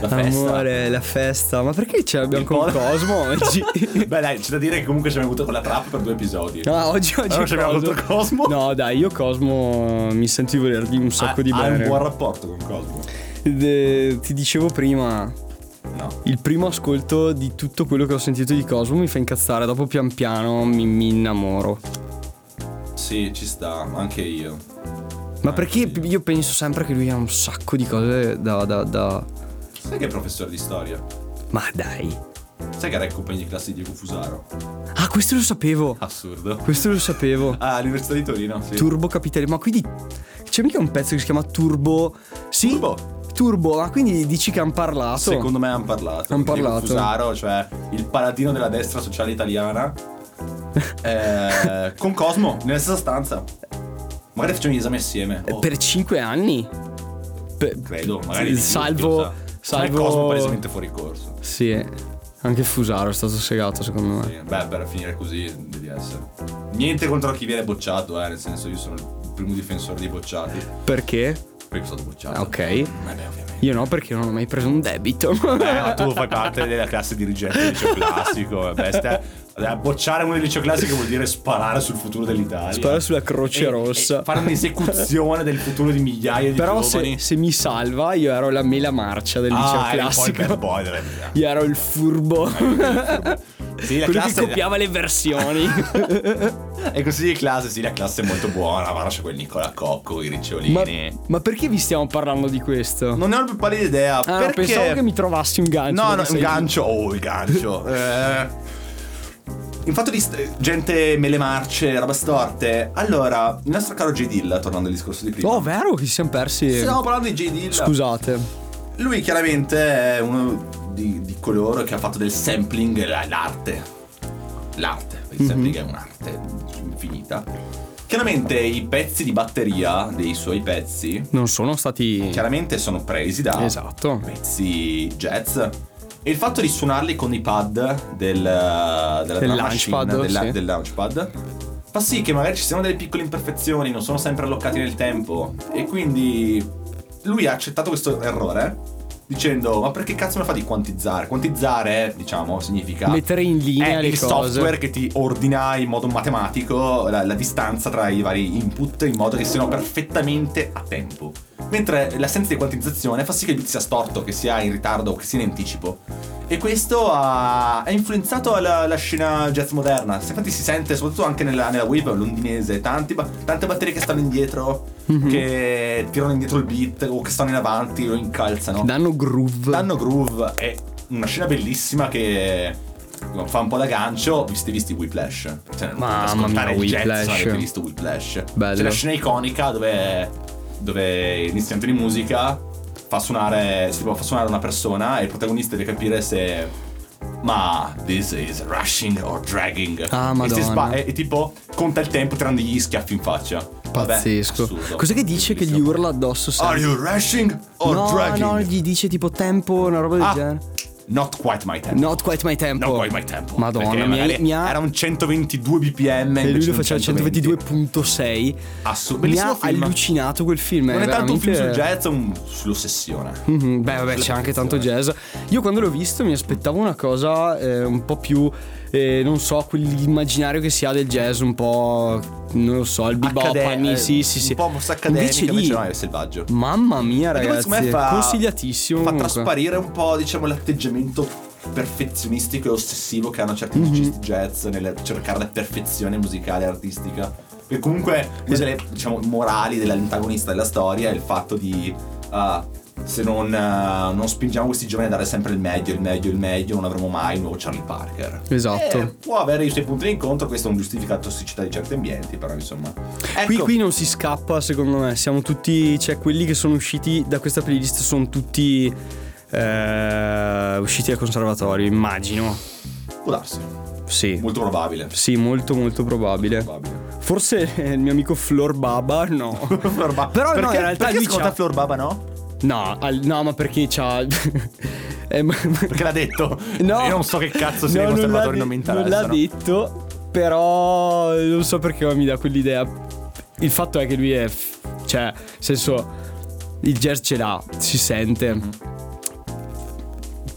S4: La festa.
S3: Amore, la festa. Ma perché ci abbiamo con Cosmo oggi?
S4: [laughs] Beh, dai, c'è da dire che comunque ci abbiamo avuto quella trap per due episodi.
S3: Ah, oggi oggi
S5: Allora ci abbiamo
S3: Cosmo.
S5: avuto Cosmo.
S3: [laughs] No, dai, io Cosmo eh, mi sento di volergli un sacco di
S4: Ha- Ha
S3: bene.
S4: un buon rapporto con Cosmo.
S3: Eh, ti dicevo prima,
S4: No.
S3: il primo ascolto di tutto quello che ho sentito di Cosmo mi fa incazzare, dopo pian piano mi, mi innamoro.
S4: Sì, ci sta, ma anche io. Ah.
S3: Ma perché io penso sempre che lui ha un sacco di cose da... da, da...
S4: Sai che è professore di storia?
S3: Ma dai.
S4: Sai che era il compagno di classe di Diego Fusaro?
S3: Ah, questo lo sapevo.
S4: Assurdo.
S3: Questo lo sapevo.
S4: Ah, all'Università di Torino, sì.
S3: Turbo Capitalismo. Ma quindi c'è mica un pezzo che si chiama Turbo. Sì?
S4: Turbo.
S3: Turbo, ma quindi dici che hanno parlato?
S4: Secondo me hanno parlato.
S3: Han
S4: Diego
S3: parlato.
S4: Fusaro, cioè il paladino della destra sociale
S3: [laughs]
S4: italiana. eh, con Cosmo, nella stessa stanza. Magari facciamo gli esami assieme.
S3: Eh,
S4: Oh,
S3: Per 5 anni? Per-
S4: Credo, magari. di più,
S3: Salvo-
S4: chi lo sa.
S3: salvo-
S4: Secondo me Cosmo è palesemente fuori corso.
S3: Sì. Anche Fusaro è stato segato, secondo me.
S4: Sì, Beh, per finire così devi essere. Niente contro chi viene bocciato, eh, nel senso io sono il primo difensore dei bocciati.
S3: Perché?
S4: Poi sono stato bocciato.
S3: Ah, ok.
S4: Ma beh, ovviamente.
S3: Io no, perché non ho mai preso
S4: [laughs]
S3: un debito.
S5: Eh, ma tu fai parte della classe dirigente del liceo classico. vabbè, stai-
S4: Allora, Bocciare uno del liceo classico vuol dire sparare sul futuro dell'Italia.
S3: Spara sulla Croce
S4: E-
S3: Rossa.
S4: e fare un'esecuzione del futuro di migliaia di
S3: Però
S4: giovani. eh,
S3: se, se mi salva, io ero la mela marcia del liceo
S5: Ah, eri un po' il
S3: classico.
S5: bad boy della vita.
S3: [laughs] Io ero il furbo.
S5: Sì, la
S3: [laughs] Quello
S5: classe-
S3: che copiava
S4: [laughs]
S3: le versioni.
S5: E consigli di classe, sì, la classe è molto buona, ma c'è quel Nicola Cocco, i ricciolini.
S3: ma, ma perché vi stiamo parlando di questo?
S5: Non ne ho più pallida idea.
S3: Ah,
S5: perché...
S3: pensavo che mi trovassi un gancio.
S5: No, no,
S3: perché
S5: un
S3: Ah, sei-
S5: gancio. Oh, il
S3: [laughs]
S5: gancio. eh.
S4: In fatto di st- gente mele marce, roba storte. Allora, il nostro caro J. Dilla, tornando al discorso di prima.
S3: Oh, vero che ci siamo persi.
S4: Stiamo parlando di J. Dilla.
S3: Scusate.
S4: Lui chiaramente è uno di, di coloro che ha fatto del sampling la- l'arte. L'arte, perché il
S3: Mhm.
S4: sampling è un'arte infinita. Chiaramente i pezzi di batteria dei suoi pezzi,
S3: Non sono stati.
S4: chiaramente sono presi da
S3: Esatto.
S4: pezzi jazz. E il fatto di suonarli con i pad del, eh, della drum machine,
S3: launchpad,
S4: della-
S3: sì.
S4: del launchpad fa sì che magari ci siano delle piccole imperfezioni, non sono sempre allocati nel tempo. E quindi lui ha accettato questo errore dicendo ma perché cazzo me lo fa di quantizzare? Quantizzare, diciamo, significa...
S3: Mettere in linea
S4: è
S3: le
S4: Eh, il
S3: cose.
S4: software che ti ordina in modo matematico la, la distanza tra i vari input in modo che siano perfettamente a tempo. Mentre l'assenza di quantizzazione fa sì che il bit sia storto, che sia in ritardo, che sia in anticipo. E questo ha, ha influenzato la, la scena jazz moderna. Se Infatti si sente soprattutto anche nella, nella wave londinese, tanti ba- tante batterie che stanno indietro,
S3: Mhm.
S4: che tirano indietro il beat o che stanno in avanti o incalzano.
S3: Danno groove.
S4: Danno Groove è una scena bellissima che fa un po' da gancio, visti visti Whiplash. Cioè,
S3: Mamma
S4: ascoltare
S3: mia,
S4: il jazz,
S3: Whiplash.
S4: non avete visto Whiplash.
S3: Bello.
S4: C'è la scena iconica dove, dove l'insegnante di musica fa suonare, tipo, fa suonare una persona e il protagonista deve capire se... Ma this is rushing or dragging.
S3: Ah,
S4: e, se
S3: Madonna.
S4: sba- e, e tipo conta il tempo tirando gli schiaffi in faccia. Vabbè,
S3: Pazzesco.
S4: assurdo. Oh,
S3: Cos'è che dice che gli
S4: Bellissimo.
S3: urla addosso? sempre?
S4: Are you rushing or
S3: no,
S4: dragging?
S3: no, gli dice tipo tempo, una roba del
S4: Ah.
S3: genere.
S4: Not quite my tempo.
S3: Not quite my tempo.
S4: No, poi mai tempo.
S3: Madonna,
S4: Perché
S3: mi,
S4: magari
S3: ha- mi ha.
S4: Era un 122 bpm.
S3: E lui
S4: invece
S3: lo
S4: di un
S3: faceva 122.6.
S4: Assu-
S3: Mi
S4: bellissimo
S3: ha
S4: film.
S3: allucinato quel film.
S4: Non è tanto un film sul
S3: veramente-
S4: jazz, è un sull'ossessione.
S3: Mhm, Beh, vabbè, c'è anche tanto jazz. Io quando l'ho visto mi aspettavo una cosa eh, un po' più, eh, non so, quell'immaginario che si ha del jazz, un po', non lo so, il bebop,
S4: Accade-
S3: anni,
S4: eh,
S3: sì, sì, sì.
S4: Un po' mossa accademica,
S3: Invece lì-
S4: invece no, è selvaggio.
S3: Mamma
S4: Perché
S3: mia,
S4: poi,
S3: Eh, ragazzi,
S4: secondo me fa,
S3: consigliatissimo.
S4: Fa
S3: comunque.
S4: trasparire un po', diciamo, l'atteggiamento perfezionistico e ossessivo che hanno
S3: Mhm.
S4: certi musicisti jazz nel cercare la perfezione musicale e artistica. Che comunque una delle diciamo, morali dell'antagonista della storia è il fatto di ah, se non, eh, non spingiamo questi giovani a dare sempre il meglio, il meglio, il meglio, non avremo mai il nuovo Charlie Parker.
S3: Esatto.
S4: Eh, può avere i suoi punti di incontro, questo non giustifica la tossicità di certi ambienti, però insomma. Ecco,
S3: Qui, qui non si scappa, secondo me. Siamo tutti. Cioè, quelli che sono usciti da questa playlist sono tutti. eh, usciti dal conservatorio, immagino.
S4: può darsi.
S3: Sì.
S4: Molto probabile.
S3: Sì, molto molto probabile.
S4: Probabile.
S3: Forse eh, il mio amico Flor Baba, no.
S4: Flor Baba.
S3: Però no,
S4: Perché-
S3: in realtà
S4: perché
S3: lui
S4: secondo
S3: c'ha-
S4: te Flor Baba no?
S3: No, al- no, ma perché c'ha [laughs] Eh, ma-
S5: Perché l'ha detto?
S3: No.
S5: Io non so che cazzo
S3: No,
S5: sia i
S3: non l'ha
S5: conservatori,
S3: de-
S5: non mi
S3: Non l'ha
S5: interessano.
S3: detto, però non so perché mi dà quell'idea. Il fatto è che lui è f-
S5: Mm.
S3: cioè, nel senso il jazz ce l'ha, si sente.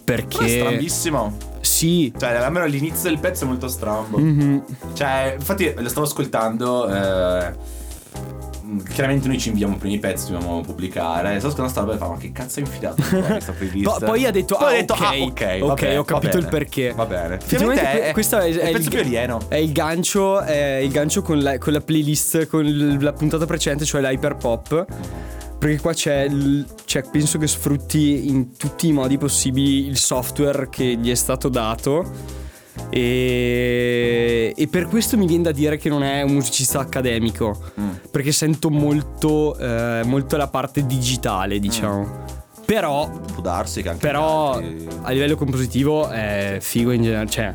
S4: Però è
S3: perché...
S4: strambissimo.
S3: Sì,
S4: Cioè, almeno all'inizio del pezzo è molto strambo.
S3: Mhm.
S4: Cioè, infatti lo stavo ascoltando. eh, mh, chiaramente noi ci inviamo i primi pezzi, dobbiamo pubblicare. Stavo ascoltando sta roba e fa, ma che cazzo è infilato in questa playlist?
S3: Po- poi ha detto,
S4: Poi
S3: ah,
S4: ho detto,
S3: ok,
S4: ah, ok, va
S3: ok,
S4: bene,
S3: ho
S4: va
S3: capito il
S4: bene,
S3: perché.
S4: Va bene.
S3: Effettivamente
S4: Effettivamente
S3: que- questo è-
S4: il
S3: è il-
S4: pezzo più alieno.
S3: È il gancio, è il gancio con, la, con la playlist, con l- la puntata precedente, cioè l'hyperpop. Perché qua c'è, il- c'è- penso che sfrutti in tutti i modi possibili il software che gli è stato dato. E, e per questo mi viene da dire che non è un musicista accademico. Perché sento molto, eh, molto la parte digitale, diciamo. Però,
S4: Può darsi che anche
S3: però
S4: gli altri-
S3: a livello compositivo è figo in generale. Cioè,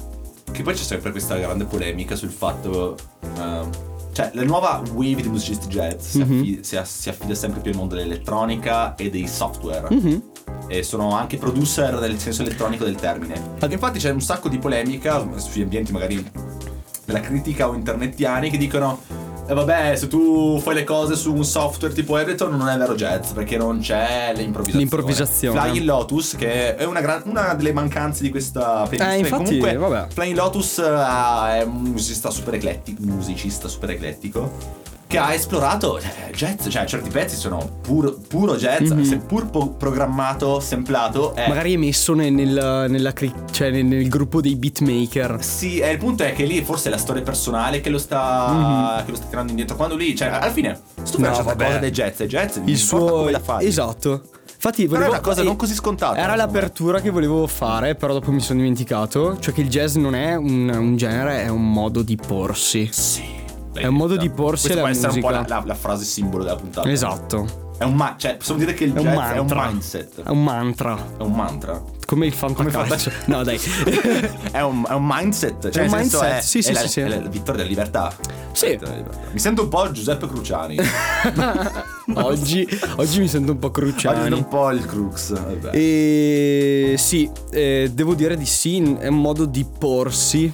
S4: Che poi c'è sempre questa grande polemica sul fatto. ehm, cioè, la nuova wave di musicisti jazz si,
S3: Mhm.
S4: affi- si ass- si affida sempre più al mondo dell'elettronica e dei software.
S3: mhm.
S4: E sono anche producer nel senso elettronico del termine. Infatti c'è un sacco di polemica sugli ambienti magari della critica o internettiani che dicono. E vabbè, se tu fai le cose su un software tipo Ableton non è vero jazz perché non c'è l'improvvisazione.
S3: L'improvvisazione.
S4: Flying Lotus, che è una, gran- una delle mancanze di questa playlist.
S3: Eh,
S4: che
S3: infatti,
S4: comunque
S3: vabbè.
S4: Flying Lotus eh, è un musicista super eclettico, musicista super eclettico che ha esplorato eh, jazz, cioè certi pezzi sono puro, puro jazz,
S3: Mhm.
S4: seppur po- programmato, semplato, è,
S3: Magari è messo nel, nel- nella cri- cioè nel, nel gruppo dei beatmaker.
S4: Sì, eh, il punto è che lì forse è la storia personale che lo sta che lo sta tirando indietro quando lì, cioè alla fine se tu fai
S3: Mhm. No,
S4: una certa
S3: vabbè.
S4: cosa del jazz, è jazz, non
S3: Il
S4: importa
S3: suo.
S4: come la fai.
S3: Esatto. Infatti,
S4: Però
S3: volevo.
S4: è una cosa
S3: eh,
S4: non così scontata.
S3: Era
S4: secondo me.
S3: l'apertura che volevo fare, però dopo mi sono dimenticato. Cioè, che il jazz non è un, un genere, è un modo di porsi.
S4: Sì.
S3: È un modo di porsi
S4: Questa
S3: alla
S4: può essere un po' la,
S3: musica.
S4: la- la frase simbolo della puntata.
S3: Esatto.
S4: È un ma- cioè possiamo dire che il
S3: È un
S4: jazz è un
S3: mantra.
S4: mindset.
S3: È un mantra.
S4: È un mantra.
S3: Come il
S4: [laughs]
S3: fantacalcio. [laughs] no, dai.
S4: è, un, è un mindset. Cioè,
S3: È un
S4: nel senso,
S3: mindset,
S4: è-
S3: sì,
S4: è
S3: sì,
S4: la,
S3: sì, sì.
S4: è la vittoria della libertà.
S3: Sì.
S4: Vittoria della libertà. Mi sento un po' Giuseppe
S3: [laughs]
S4: Cruciani. Oggi
S3: oggi, oggi mi sento un po'
S4: mi sento
S3: cruciani.
S4: un po' il crux. Vabbè.
S3: E sì, eh, devo dire di sì, è un modo di porsi.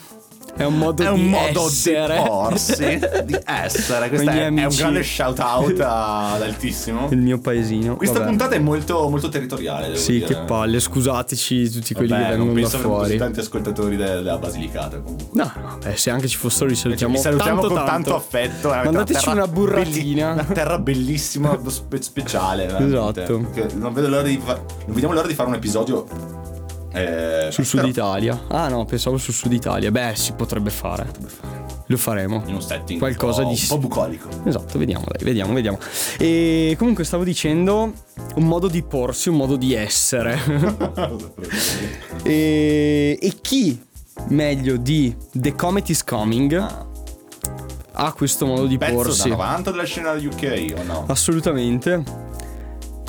S3: È un modo
S4: È un
S3: di
S4: modo
S3: essere.
S4: di porsi,
S3: [laughs]
S4: di essere. Questo
S3: Quindi,
S4: è, è un
S3: amici.
S4: grande shout
S3: [laughs]
S4: out ad altissimo.
S3: Il mio paesino.
S4: Questa
S3: Vabbè.
S4: puntata è molto, molto territoriale. Devo
S3: Sì,
S4: dire.
S3: che palle, scusateci tutti quelli
S4: Eh. Vabbè,
S3: che
S4: non
S3: vengono da
S4: penso che
S3: fuori.
S4: così tanti ascoltatori de- della Basilicata comunque.
S3: No, no, beh, se anche ci fossero li salutiamo.
S4: Vi salutiamo
S3: tanto,
S4: con tanto,
S3: tanto.
S4: affetto. veramente
S3: Mandateci
S4: terra
S3: una
S4: belli-
S3: burratina.
S4: una terra bellissima, spe- speciale. veramente.
S3: Esatto.
S4: Che Non vedo l'ora di fa- non vediamo l'ora di fare un episodio eh,
S3: Sul sud
S4: però-
S3: Italia. Ah no, pensavo sul sud Italia. Beh, si potrebbe fare. Lo faremo.
S4: in un setting
S3: Qualcosa
S4: un po',
S3: di-
S4: un po'
S3: [laughs]
S4: bucolico.
S3: Esatto, vediamo, dai, vediamo, vediamo. E comunque stavo dicendo un modo di porsi, un modo di essere. [laughs] e, e chi meglio di The Comet is Coming ha questo modo di
S4: Pezzo
S3: porsi?
S4: da
S3: Ah,
S4: 90 della scena UK o no?
S3: Assolutamente.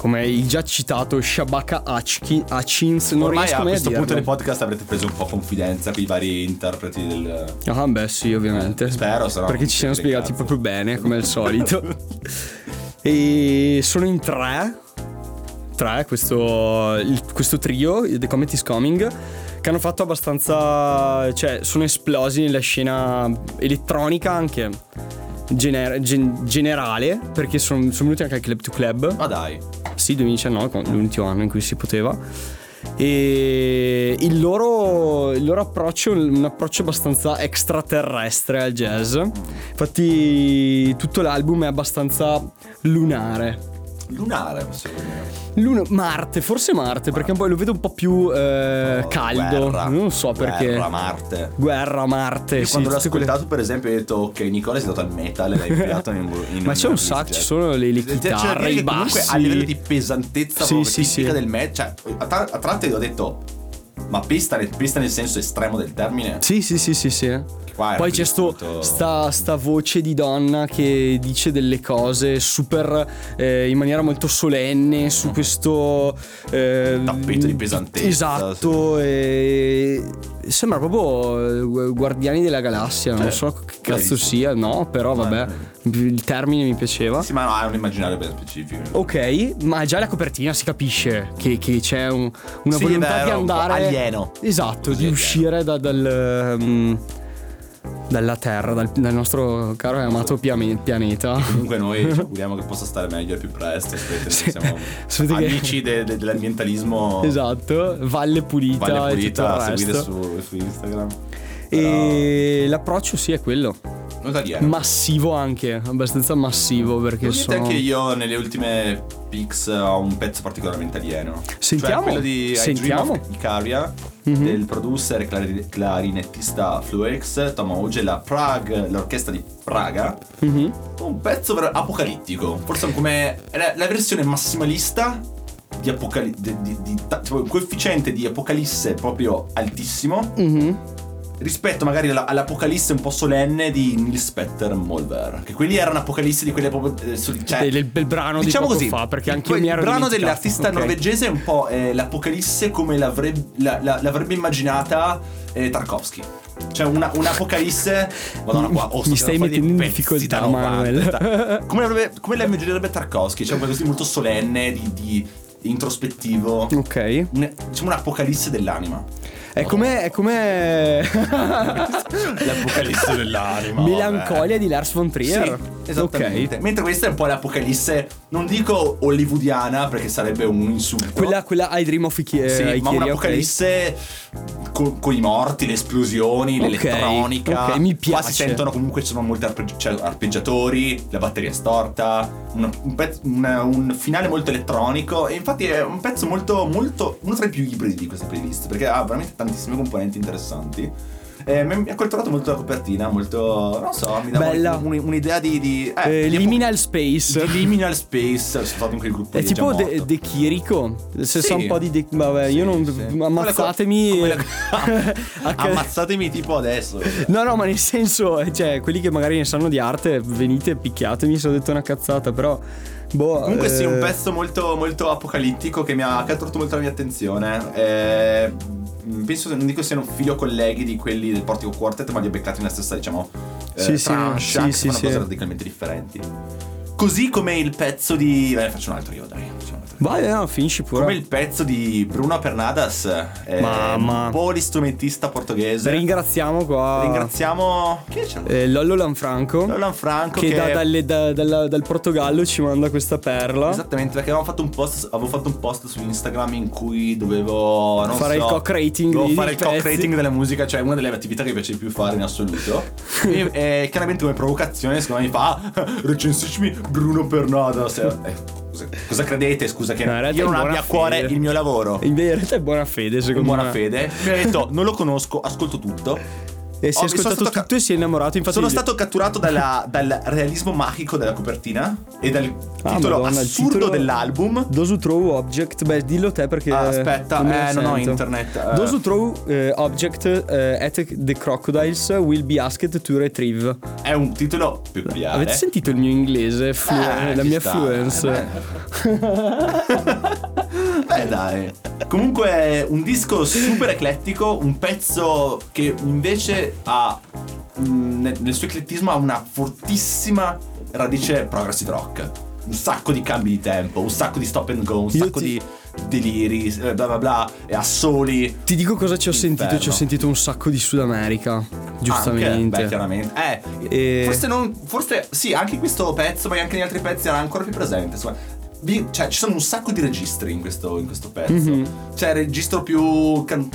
S3: Come il già citato Shabaka Hachki- Hutchins, non
S4: Ormai
S3: riesco
S4: a
S3: mai
S4: questo
S3: a
S4: punto
S3: dirlo.
S4: del podcast avrete preso un po' confidenza con i vari interpreti del
S3: Ah, beh, sì, ovviamente.
S4: Eh, spero, se no
S3: Perché
S4: non
S3: ci siamo
S4: siete dei
S3: spiegati
S4: cazzo.
S3: proprio bene, come
S4: [laughs]
S3: al solito. e sono in tre. Tre, questo, il- questo trio, The Comet is Coming, che hanno fatto abbastanza. cioè, sono esplosi nella scena elettronica anche. gener- gen- generale, perché sono sono venuti anche al Club to Club.
S4: Ma dai,
S3: Sì, 2019, con- l'ultimo anno in cui si poteva. E il loro, il loro approccio è un approccio abbastanza extraterrestre al jazz. Infatti, tutto l'album è abbastanza lunare.
S4: lunare possiamo dire.
S3: Luna- Marte, forse Marte, perché un po' lo vedo un po' più eh,
S4: Oh,
S3: caldo.
S4: guerra.
S3: non so perché.
S4: Guerra, Marte.
S3: Guerra, Marte.
S4: Io
S3: sì,
S4: quando l'ho
S3: tutte quelle-
S4: ascoltato, per esempio, ho detto: Ok, Nicola sei andato al metal e l'hai infilato in, in
S3: Ma c'è un sacco, ci sono le, le
S4: Cioè, c'è da
S3: chitarre,
S4: dire
S3: i
S4: che Comunque,
S3: bassi.
S4: a livello di pesantezza
S3: Sì,
S4: proprio
S3: sì,
S4: tipica
S3: sì.
S4: del metal, cioè, a, tra- a tratti ho detto: Ma pesta, nel- pesta nel senso estremo del termine?
S3: Sì, sì, sì, sì, sì.
S4: Qua è
S3: Poi c'è sto-
S4: tutto-
S3: sta, sta voce di donna che dice delle cose super eh, in maniera molto solenne su questo eh,
S4: Mhm. Tappeto di pesantezza,
S3: Esatto, e sembra proprio eh, Guardiani della Galassia. Non
S4: Cioè,
S3: so che cazzo
S4: bravissimo.
S3: sia, no, però vabbè, il termine mi piaceva.
S4: Sì, ma no, è un immaginario ben specifico.
S3: Oh. Ok, ma già la copertina si capisce che, che c'è un- una
S4: Sì,
S3: volontà
S4: vero,
S3: di
S4: un po'
S3: andare
S4: alieno. Così
S3: Esatto, di
S4: alieno.
S3: uscire da- dal. ehm, mm, dalla Terra, dal, dal nostro caro e amato piame-
S4: [laughs]
S3: pianeta.
S4: Comunque noi
S3: [laughs]
S4: ci auguriamo che possa stare meglio al più presto. Sapete,
S3: Sì.
S4: noi
S3: [laughs] Sapete
S4: siamo
S3: che-
S4: amici de- de- dell'ambientalismo.
S3: Esatto, Valle Pulita,
S4: Valle
S3: e tutto il
S4: pulita,
S3: resto.
S4: seguite su, su Instagram.
S3: E l'approccio sì è quello,
S4: Non tagliare.
S3: massivo anche, abbastanza massivo perché
S4: Devo dirti
S3: sono...
S4: anche io nelle ultime picks ho un pezzo particolarmente alieno.
S3: Sentiamo,
S4: Cioè quello di I
S3: sentiamo.
S4: Dream of Icaria,
S3: Mhm.
S4: del producer e clari- clarinettista Fluex, Tom Auge, la Prague, l'orchestra di Praga.
S3: Mhm.
S4: Un pezzo ver- apocalittico, forse come è la, la versione massimalista di apocalisse, di, di- di- ta- tipo un coefficiente di apocalisse proprio altissimo,
S3: Mhm.
S4: rispetto magari alla- all'apocalisse un po' solenne di Nils Petter Molver. Che quelli erano apocalisse di quelle proprio... eh, sul- cioè,
S3: Del- del bel brano di
S4: diciamo
S3: poco
S4: così,
S3: fa, perché
S4: il-
S3: anche io
S4: quel
S3: mi ero
S4: brano
S3: dimenticato.
S4: dell'artista
S3: Ok.
S4: norvegese è un po' eh, l'apocalisse come l'avreb- la- la- l'avrebbe immaginata eh, Tarkovsky. Cioè una, un'apocalisse... Madonna qua, oh, sto
S3: Mi stai
S4: tirando fuori dei
S3: mettendo in
S4: pezzi
S3: difficoltà,
S4: da 90.
S3: Manuel.
S4: Come, l'avrebbe- come la immaginerebbe Tarkovsky? Cioè un qualcosa di molto solenne, di, di introspettivo.
S3: [laughs] Ok.
S4: Un- diciamo un'apocalisse dell'anima.
S3: È come... È come... [laughs]
S4: L'apocalisse dell'anima.
S3: Melancolia di Lars von Trier.
S4: Sì, esattamente. Mentre questa è un po' l'apocalisse, non dico hollywoodiana perché sarebbe un insulto.
S3: Ok. Quella, quella I Dream of Iki- eh,
S4: sì, ma
S3: Ikiri, ok.
S4: un'apocalisse co- con i morti, le esplosioni,
S3: Ok,
S4: l'elettronica.
S3: ok, mi
S4: Qua
S3: piace.
S4: si sentono comunque ci sono molti arpeggi- cioè, arpeggiatori, la batteria è storta, un, un pezzo- un- un finale molto elettronico. E infatti è un pezzo molto, molto. uno tra i più ibridi di questa playlist, perché ha veramente tantissime componenti interessanti. Eh, mi mi ha colturato molto la copertina, molto. non so, mi dà
S3: Bella.
S4: un- un'idea di. di
S3: Eh,
S4: di-
S3: Liminal Space.
S4: di Liminal Space, sono stato in quel gruppo
S3: È
S4: lì,
S3: tipo
S4: già
S3: De,
S4: morto.
S3: De Chirico. Se
S4: Sì.
S3: sa un po' di De, Vabbè, io non. Ammazzatemi.
S4: Come
S3: [laughs]
S4: la-
S3: A che-
S4: Ammazzatemi tipo adesso.
S3: No, no, ma nel senso, cioè, quelli che magari ne sanno di arte, venite, picchiatemi se ho detto una cazzata, però. Boh.
S4: Comunque sì, un
S3: eh,
S4: pezzo molto, molto apocalittico che mi ha catturato molto la mia attenzione. Eh, mh, penso che non dico siano figlio colleghi di quelli del Portico Quartet, ma li ho beccati nella stessa, diciamo, eh,
S3: Sì, sì, sì,
S4: tranche, anche se
S3: sì,
S4: fanno
S3: sì.
S4: cose radicalmente differenti. Così come il pezzo di... Beh, faccio un altro io, dai. faccio un altro io.
S3: Vai, no, finisci pure.
S4: Come il pezzo di Bruno Pernadas, eh,
S3: Mamma.
S4: un polistrumentista portoghese.
S3: Ringraziamo qua.
S4: Ringraziamo... Chi c'è?
S3: eh, Lollo Lanfranco.
S4: Roland Franco
S3: Che, da- dalle- da- dalla- dal Portogallo ci manda questa perla.
S4: Esattamente, perché avevamo fatto un post, avevo fatto un post su Instagram in cui dovevo non
S3: Fare
S4: so,
S3: il cock rating
S4: Dovevo
S3: dei
S4: fare il cock
S3: pezzi.
S4: rating della musica, cioè una delle attività che mi piace di più fare in
S3: [laughs]
S4: assoluto. e, e chiaramente come provocazione, secondo me mi fa "Ah, recensiscimi Bruno Pernadas. Eh, cosa, cosa credete? Scusa, che
S3: No, in realtà
S4: io
S3: è
S4: non
S3: buona
S4: abbia a cuore
S3: fede.
S4: il mio lavoro.
S3: In realtà è buona fede,
S4: In
S3: secondo me.
S4: buona
S3: [laughs]
S4: fede. Mi ha detto, non lo conosco, ascolto tutto.
S3: E si è
S4: Oh, mi sono
S3: ascoltato
S4: stato ca-
S3: tutto e si è innamorato. Infatti,
S4: Sono stato catturato dalla- dal realismo magico della copertina e dal
S3: Ah,
S4: titolo
S3: Madonna, il
S4: assurdo
S3: titolo-
S4: dell'album.
S3: Dosu Throw Object, beh, dillo te perché.
S4: Ah, aspetta,
S3: me la
S4: eh, non ho
S3: sento.
S4: internet, eh.
S3: Dosu Throw eh, Object eh, at the Crocodiles will be asked to retrieve.
S4: È un titolo peculiare.
S3: Avete sentito il mio inglese? Flu-
S4: Eh,
S3: la
S4: ci
S3: mia
S4: sta, Eh,
S3: fluence.
S4: Beh, dai. Comunque, è un disco super eclettico. Un pezzo che invece ha. mh, nel nel suo eclettismo ha una fortissima radice progressive rock. Un sacco di cambi di tempo, un sacco di stop and go, un
S3: Io
S4: sacco
S3: ti-
S4: di deliri, eh, bla bla bla, e assoli.
S3: Ti dico cosa ci ho sentito. Ci ho
S4: Inferno.
S3: sentito un sacco di Sud America. Giustamente.
S4: Anche, beh, chiaramente. Eh,
S3: E-
S4: forse non. Forse sì, anche in questo pezzo, ma anche negli altri pezzi era ancora più presente. Insomma, Vi- cioè, ci sono un sacco di registri in questo, in questo pezzo.
S3: Mhm.
S4: C'è il registro più can-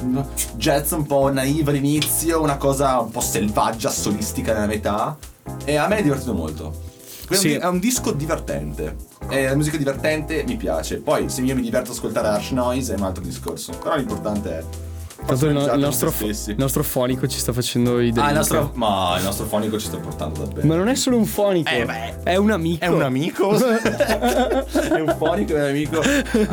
S4: jazz un po' naiva all'inizio, una cosa un po' selvaggia, solistica nella metà. E a me è divertito molto. Quindi
S3: Sì.
S4: è un disco divertente. E la musica divertente mi piace. Poi, se io mi diverto ad ascoltare Arch Noise, è un altro discorso. Però l'importante è.
S3: Tanto il, no- il
S4: personalizzate
S3: nostro,
S4: voi stessi.
S3: il nostro fonico ci sta facendo i
S4: Ah,
S3: drink.
S4: il nostro, ma il nostro fonico ci sta portando davvero.
S3: Ma non è solo un fonico.
S4: Eh, beh.
S3: è un amico. [laughs]
S4: amico? è un fonico, è un amico.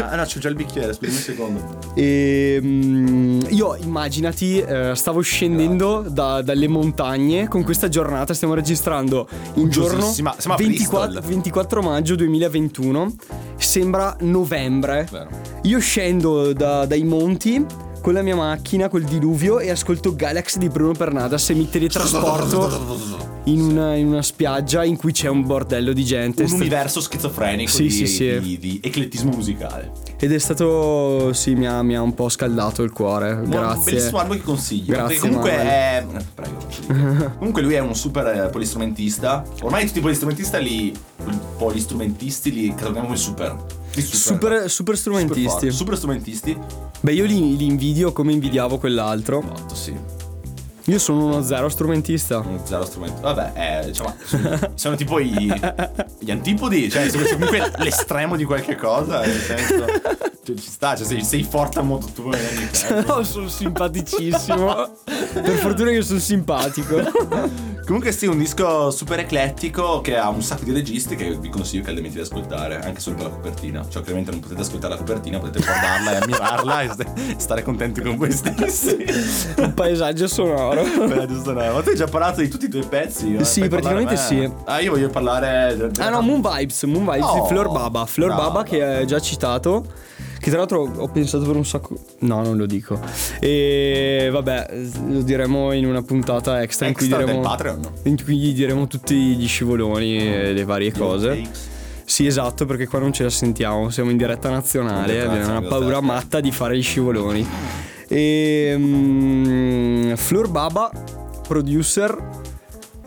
S4: Ah no, c'ho già il bicchiere, scusami un secondo.
S3: E, mm, io immaginati, eh, stavo scendendo da- dalle montagne con questa giornata, stiamo registrando un giorno
S4: Giustissima, siamo a
S3: 24,
S4: Bristol.
S3: 24 maggio 2021, sembra novembre.
S4: Vero.
S3: Io scendo da- dai monti con la mia macchina, col diluvio e ascolto Galaxy di Bruno Pernadas e
S4: [laughs]
S3: mi teletrasporto in una, in una spiaggia in cui c'è un bordello di gente.
S4: Un
S3: Sta-
S4: universo schizofrenico
S3: Sì,
S4: di,
S3: sì, sì.
S4: di- di eclettismo musicale.
S3: Ed è stato, sì, mi ha, mi ha un po' scaldato il cuore.
S4: Un
S3: Grazie.
S4: Bellissimo album che consiglio.
S3: Grazie,
S4: perché comunque
S3: Manuel.
S4: è. Eh, Prego.
S3: [laughs]
S4: Comunque lui è un super eh, polistrumentista. Ormai tutti i polistrumentisti li. polistrumentisti li catalogiamo come super. Li
S3: Super, super strumentisti.
S4: forti, Super strumentisti.
S3: Beh, io li, li invidio come invidiavo quell'altro.
S4: Botto, sì.
S3: Io sono uno zero strumentista.
S4: Un Zero strumento. Vabbè, eh, diciamo.
S5: Sono tipo i- gli antipodi, cioè sono comunque l'estremo di qualche cosa, nel senso... Cioè, ci sta, cioè sei, sei forte a modo tuo. eh, ogni caso.
S3: [laughs] No, sono simpaticissimo. [laughs] per fortuna che sono simpatico.
S4: Comunque sì, un disco super eclettico che ha un sacco di registi che vi consiglio caldamente di ascoltare, anche solo per la copertina. Cioè, ovviamente non potete ascoltare la copertina, potete guardarla e ammirarla e st- stare contenti con voi stessi.
S3: Un paesaggio sonoro.
S4: Beh, giusto, no. Ma tu hai già parlato di tutti i tuoi pezzi? eh?
S3: Sì,
S4: Fai parlare a
S3: praticamente
S4: me. Ah, io voglio parlare... de-
S3: Ah no, Moon Vibes, Moon Vibes
S4: Oh,
S3: di Flor Baba. Flor
S4: brava.
S3: Baba che è già citato. Che tra l'altro ho pensato per un sacco. No, non lo dico. E vabbè, lo diremo in una puntata extra, in cui
S5: Extra del
S3: diremo.
S5: Patreon.
S3: In cui diremo tutti gli scivoloni e le varie cose. Sì, esatto, perché qua non ce la sentiamo. Siamo in diretta nazionale.
S4: diretta
S3: Abbiamo una
S4: nazionale,
S3: paura
S4: esatto.
S3: matta di fare gli scivoloni. E mm, Flor Baba, producer.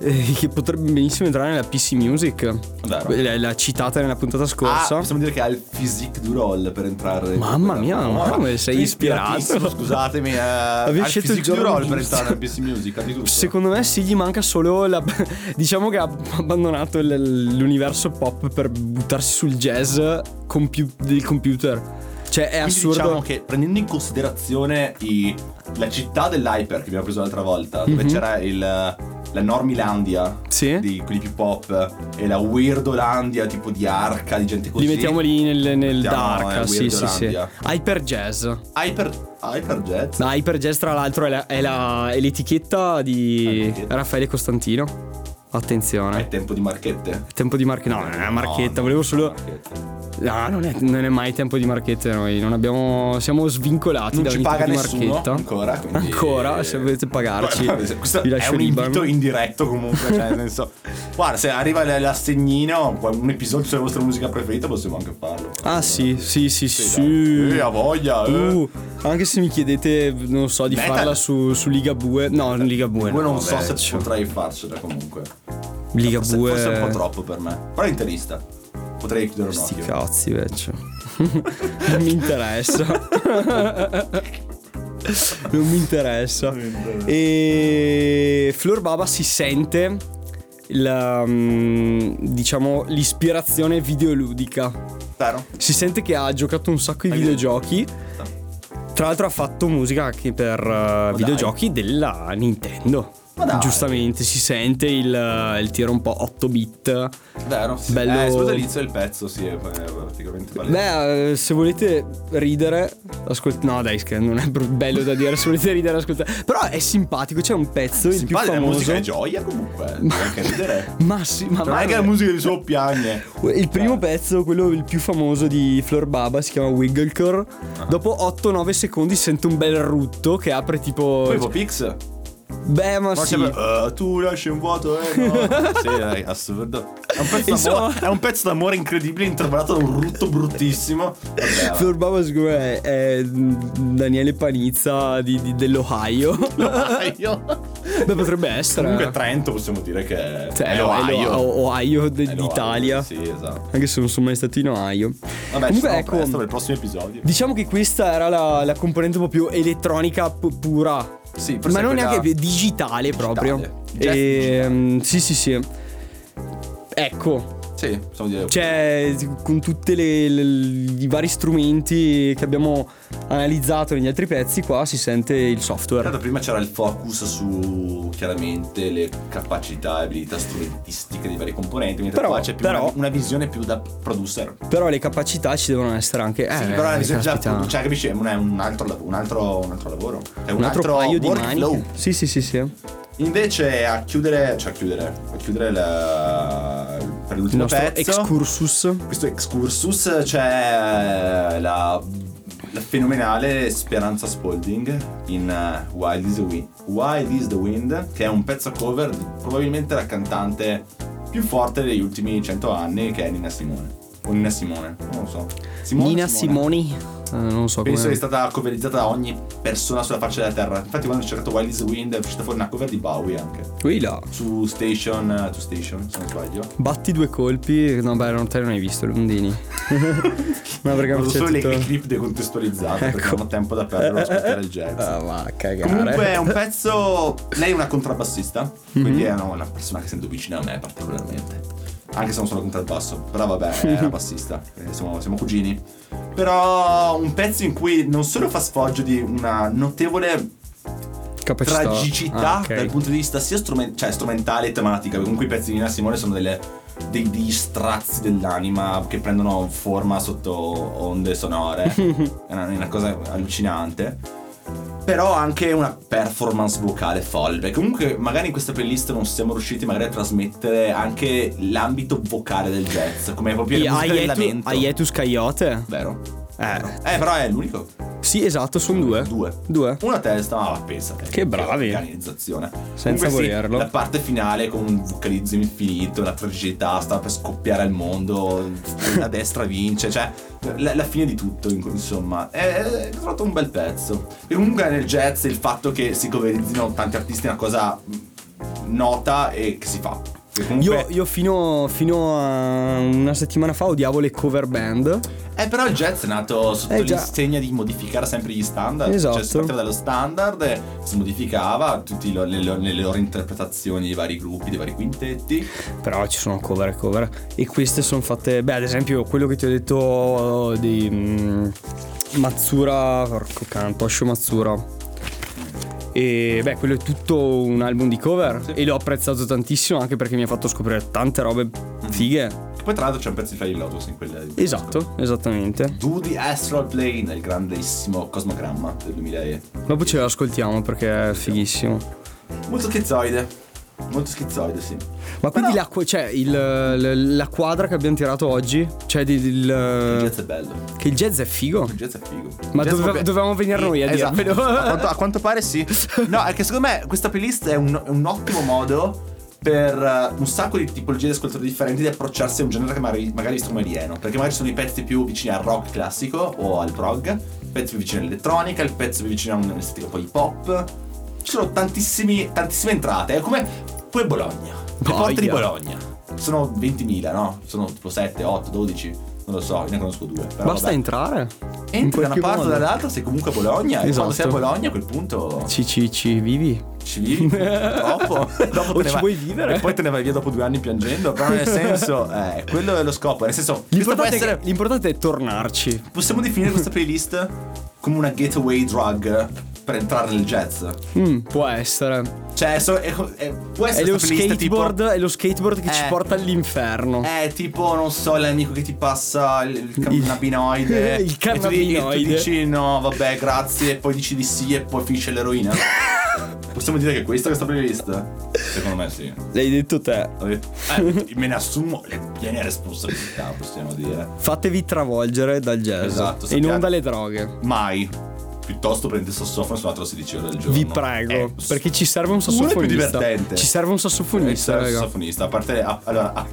S3: eh, Che potrebbe benissimo entrare nella PC Music.
S4: Vero.
S3: L'ha- L'ha citata nella puntata
S4: Ah,
S3: scorsa.
S4: possiamo dire che ha il physique du roll per entrare...
S3: Mamma
S4: in-
S3: mia, ma come sei
S4: ispiratissimo,
S3: ispirato.
S4: Scusatemi, eh,
S3: Avevi
S4: ha il
S3: scelto il
S4: physique du
S3: giorno
S4: roll per
S3: giusto.
S4: entrare in PC Music, ha di tutto.
S3: Secondo me sì, gli manca solo la... [laughs] diciamo che ha abbandonato il- l'universo pop per buttarsi sul jazz compiu- del computer. Cioè è
S4: Quindi
S3: assurdo.
S4: diciamo che prendendo in considerazione i- la città dell'hyper che abbiamo preso l'altra volta, dove c'era il, la Normilandia
S3: Mhm. Sì.
S4: di quelli più pop e la Weirdolandia tipo di arca, di gente così.
S3: Li mettiamo lì nel, nel
S4: Mettiamo,
S3: dark,
S4: eh,
S3: sì, sì, sì.
S4: Weirdolandia.
S3: Hyper jazz.
S4: Hyper, hyper jazz.
S3: No, Hyper jazz, tra l'altro, è, la- è la- è l'etichetta di
S4: Etichetta.
S3: Raffaele Costantino. Attenzione.
S4: Ah, È tempo di marchette.
S3: Tempo di marchetta. No, non è una Ah, marchetta,
S4: No,
S3: volevo
S4: no,
S3: solo.
S4: marchette.
S3: No, non è, non è mai tempo di marchette noi. Non abbiamo. Siamo svincolati
S4: Non
S3: da
S4: ci
S3: ogni tipo
S4: paga
S3: di
S4: nessuno
S3: marchetta.
S4: ancora, quindi-
S3: Ancora, se volete pagarci.
S4: Questo
S3: vi
S4: è
S3: lascio
S4: un
S3: libero.
S4: invito
S5: indiretto comunque, cioè nel senso...
S4: Guarda, se arriva l- l'assegnino, un episodio sulla vostra musica preferita possiamo anche farlo.
S3: Ah, sì, sì, sì, sì.
S4: dai. Eh, ha voglia, eh.
S3: Uh, anche se mi chiedete, non so, di
S4: Metal.
S3: farla su, su Liga Bue. No, Liga Bue.
S4: Poi
S3: no,
S4: non so
S3: vabbè,
S4: se
S3: cioè,
S4: potrei farcela comunque.
S3: Liga
S4: Forse,
S3: Bue.
S4: forse è un po' troppo per me. Però è interista. Potrei chiudere un
S3: Sti
S4: occhio.
S3: cazzi, vecchio. [laughs] non mi interessa. [laughs] non mi interessa. E Flor Baba si sente la, mm, diciamo l'ispirazione videoludica.
S4: Vero?
S3: Si sente che ha giocato un sacco di
S4: Hai
S3: videogiochi. Tra l'altro ha fatto musica anche per eh, videogiochi della Nintendo.
S4: Ma dai.
S3: Giustamente si sente il, eh, il tiro un po' 8 bit.
S4: Vero? Sì.
S3: Bello-
S4: Eh, soprattutto all'inizio del pezzo, sì, è praticamente palese.
S3: Beh, eh, se volete ridere, ascoltate. No, dai, scherzo, non è br- bello da dire. Se volete ridere, ascoltate. Però è simpatico. C'è un pezzo, il più
S4: Simpatico, la musica è
S3: famoso.
S4: gioia comunque. Devi anche ridere.
S3: [laughs] Ma sì, ma
S4: Cioè, Non è che la Eh. musica di suo piagne.
S3: il primo pezzo, quello il più famoso di Flor Baba, si chiama Wigglecore.
S4: Ah.
S3: Dopo 8-9 secondi sento un bel rutto che apre [laughs] tipo.
S4: Poi Popix.
S3: Beh, ma
S4: Ma
S3: sì.
S4: sempre, "Eh, tu lasci un vuoto, eh
S3: [laughs]
S4: no. sì, dai, assurdo. È un, pezzo
S3: Insomma-
S4: d'amore- è un pezzo d'amore incredibile interpretato da un rutto bruttissimo. Vabbè,
S3: Flor Baba, secondo me, è mm, Daniele Panizza di- di- dell'Ohio.
S4: [laughs] dai, io.
S3: [laughs] Beh, potrebbe essere. eh.
S4: Comunque Trento possiamo dire che è,
S3: Cioè,
S4: è l'Ohio.
S3: l'Ohio, Ohio de-
S4: È l'Ohio,
S3: d'Italia.
S4: Sì, esatto.
S3: Anche se non sono mai stato in Ohio.
S4: Vabbè, ci
S3: Comunque,
S4: vediamo
S3: ecco,
S4: presto per il prossimo episodio.
S3: diciamo che questa era la, la componente proprio elettronica pu- pura.
S4: Sì,
S3: Ma non neanche più, digitale proprio.
S4: Digitale.
S3: Ehm, sì, sì, sì. Ecco,
S4: Sì, possiamo dire.
S3: cioè, con tutti i vari strumenti che abbiamo analizzato negli altri pezzi, qua si sente il software.
S4: Tanto prima c'era il focus su chiaramente le capacità e abilità strumentistiche dei vari componenti, mentre
S3: Però-
S4: qua "Ah, c'è più
S3: però-
S4: una, una visione più da producer.
S3: Però le capacità ci devono essere anche. Eh,
S4: sì, però è una visione già
S3: caspita.
S4: produ- cioè, capisci, è un, è un altro, lav- un, altro, un altro lavoro. È
S3: un altro, paio di
S4: workflow.
S3: mani. Sì, sì, sì, sì.
S4: Invece a chiudere, cioè a chiudere, a chiudere la, per
S3: Il
S4: l'ultimo
S3: nostro
S4: pezzo.
S3: excursus.
S4: questo excursus c'è eh, la, la fenomenale Speranza Spalding in eh, Wild is, the Wind, Wild is the Wind, che è un pezzo cover di probabilmente la cantante più forte degli ultimi 100 anni, che è Nina Simone. O Nina Simone, non lo so. Simone,
S3: Nina Simoni. Eh, non so
S4: Penso
S3: come.
S4: che sia stata coverizzata da ogni persona sulla faccia della terra. Infatti, quando ho cercato Wild is the Wind è uscita fuori una cover di Bowie anche.
S3: Qui là.
S4: Su Station, eh, to Station, se non sbaglio.
S3: Batti due colpi. No, beh, non te non hai
S4: [laughs]
S3: visto, Lundini. Ma perché
S4: Ho
S3: non c'è
S4: solo le
S3: tutto.
S4: clip decontestualizzate perché
S3: Ecco.
S4: non ho tempo da perdere
S3: [laughs]
S4: ad ascoltare il jazz.
S3: Ah, va a cagare.
S4: Comunque è un pezzo. Lei è una contrabbassista,
S3: Mhm.
S4: quindi è una, una persona che sento vicina a me particolarmente. Anche se non sono contrabbasso, però vabbè, è
S3: [laughs]
S4: una bassista, eh, siamo, siamo cugini. Però un pezzo in cui non solo fa sfoggio di una notevole
S3: Capacità.
S4: tragicità
S3: Ah, ok.
S4: dal punto di vista sia strumen- cioè, strumentale e tematica. perché Comunque i pezzi di Nina Simone sono delle- dei, degli strazzi dell'anima che prendono forma sotto onde
S3: [laughs]
S4: sonore. è, una, è una cosa allucinante. Però anche una performance vocale folle. perché Comunque, magari in questa playlist non siamo riusciti magari a trasmettere anche l'ambito vocale del jazz, come proprio
S3: Sì,
S4: la musica del
S3: Aietu-
S4: lamento.
S3: Aietus Caiote.
S4: Vero.
S3: Eh.
S4: Eh, però è l'unico.
S3: Sì, esatto, sono due.
S4: Due.
S3: Due.
S4: Una a testa, ma pensa te.
S3: Che bravi.
S4: Organizzazione.
S3: Senza
S4: Comunque sì,
S3: volerlo.
S4: la parte finale con un vocalizzo infinito, la tragicità, sta per scoppiare il mondo, la destra vince, cioè la, la fine di tutto, in- insomma. È, è trovato un bel pezzo. E comunque nel jazz il fatto che si coverizzino tanti artisti è una cosa nota e che si fa. Perché Comunque,
S3: Io, io fino, fino a una settimana fa odiavo le cover band.
S4: Eh, però il jazz è nato sotto
S3: Eh, già.
S4: l'insegna di modificare sempre gli standard.
S3: Esatto.
S4: Cioè, si partiva dallo standard, e si modificava tutti lo- le, lo- le loro interpretazioni dei vari gruppi, dei vari quintetti.
S3: Però ci sono cover e cover. E queste sono fatte. Beh, ad esempio, quello che ti ho detto di mm, Mazzura. Porco canto, Osho Mazzura. E beh, quello è tutto un album di cover. E l'ho apprezzato tantissimo anche perché mi ha fatto scoprire tante robe fighe.
S4: Che poi, tra l'altro, c'è un pezzo di Flying Lotus in quella. di-
S3: Esatto, esattamente.
S4: Do the Astral Plane, il grandissimo cosmogramma del 2000.
S3: Dopo ce l'ascoltiamo perché è fighissimo.
S4: Molto schizoide. Molto schizoide, sì.
S3: Ma quindi
S4: Però-
S3: la, qu- cioè, il, l- la quadra che abbiamo tirato oggi, cioè di- di- il-
S4: Il jazz è bello.
S3: che il jazz è figo.
S4: Il jazz è figo.
S3: Ma
S4: Il jazz
S3: doveva-
S4: proprio-
S3: dovevamo venire noi a
S4: Esatto. [laughs]
S3: dirvelo.
S4: A quanto, a quanto pare sì. No, è che secondo me questa playlist è un, è un ottimo modo per eh, un sacco di tipologie di ascoltatori differenti di approcciarsi a un genere che magari, magari visto come alieno. Perché magari ci sono i pezzi più vicini al rock classico o al prog, i pezzi più vicini all'elettronica, il pezzo più vicino a un'estetica un po' hip hop. Ci sono tantissimi, tantissime entrate. È come poi Bologna. Le porte di
S3: Boia.
S4: Bologna. Sono 20.000, no? Sono tipo 7, 8, 12. Non lo so, io ne conosco due. Però
S3: Basta
S4: vabbè.
S3: entrare. In
S4: Entri da una
S3: qualche
S4: parte o
S3: modo.
S4: dall'altra, sei comunque a Bologna. E quando
S3: Esatto.
S4: sei a Bologna, a quel punto
S3: Ci, ci, ci vivi. [laughs]
S4: ci vivi purtroppo. [laughs] dopo
S3: O
S4: te ne
S3: ci
S4: vai-
S3: vuoi vivere?
S4: E poi te ne vai via dopo due anni piangendo. Però
S3: [laughs]
S4: nel senso, eh, quello è lo scopo. Nel senso, questo può
S3: L'importante, è,
S4: essere.
S3: l'importante è tornarci.
S4: Possiamo definire questa playlist come una gateway drug per entrare nel jazz.
S3: Mm, può essere.
S4: Cioè, so- è, è- può
S3: È
S4: essere
S3: lo,
S4: questa playlist
S3: skateboard,
S4: tipo.
S3: è lo skateboard che ci
S4: Eh.
S3: porta all'inferno.
S4: È Eh, tipo, non so, l'amico che ti passa il, il cannabinoide.
S3: [laughs] Il
S4: e tu di- E tu
S3: cannabinoide.
S4: dici no, vabbè, grazie. E poi dici di sì, e poi finisce
S3: [laughs]
S4: l'eroina. Possiamo dire che questa è questa playlist? Secondo me sì.
S3: L'hai detto te.
S4: Eh, me ne assumo le piene responsabilità, possiamo dire.
S3: Fatevi travolgere dal jazz.
S4: Esatto,
S3: e non
S4: sappiate.
S3: dalle droghe.
S4: Mai. Piuttosto prendete il sassofono e suonatelo 16 ore al giorno.
S3: Vi prego.
S4: Eh,
S3: perché ci serve un
S4: uno è
S3: sassofonista.
S4: più divertente.
S3: Ci serve un
S4: Eh,
S3: sassofonista,
S4: sarà il
S3: raga.
S4: sassofonista. A parte. a- allora. a-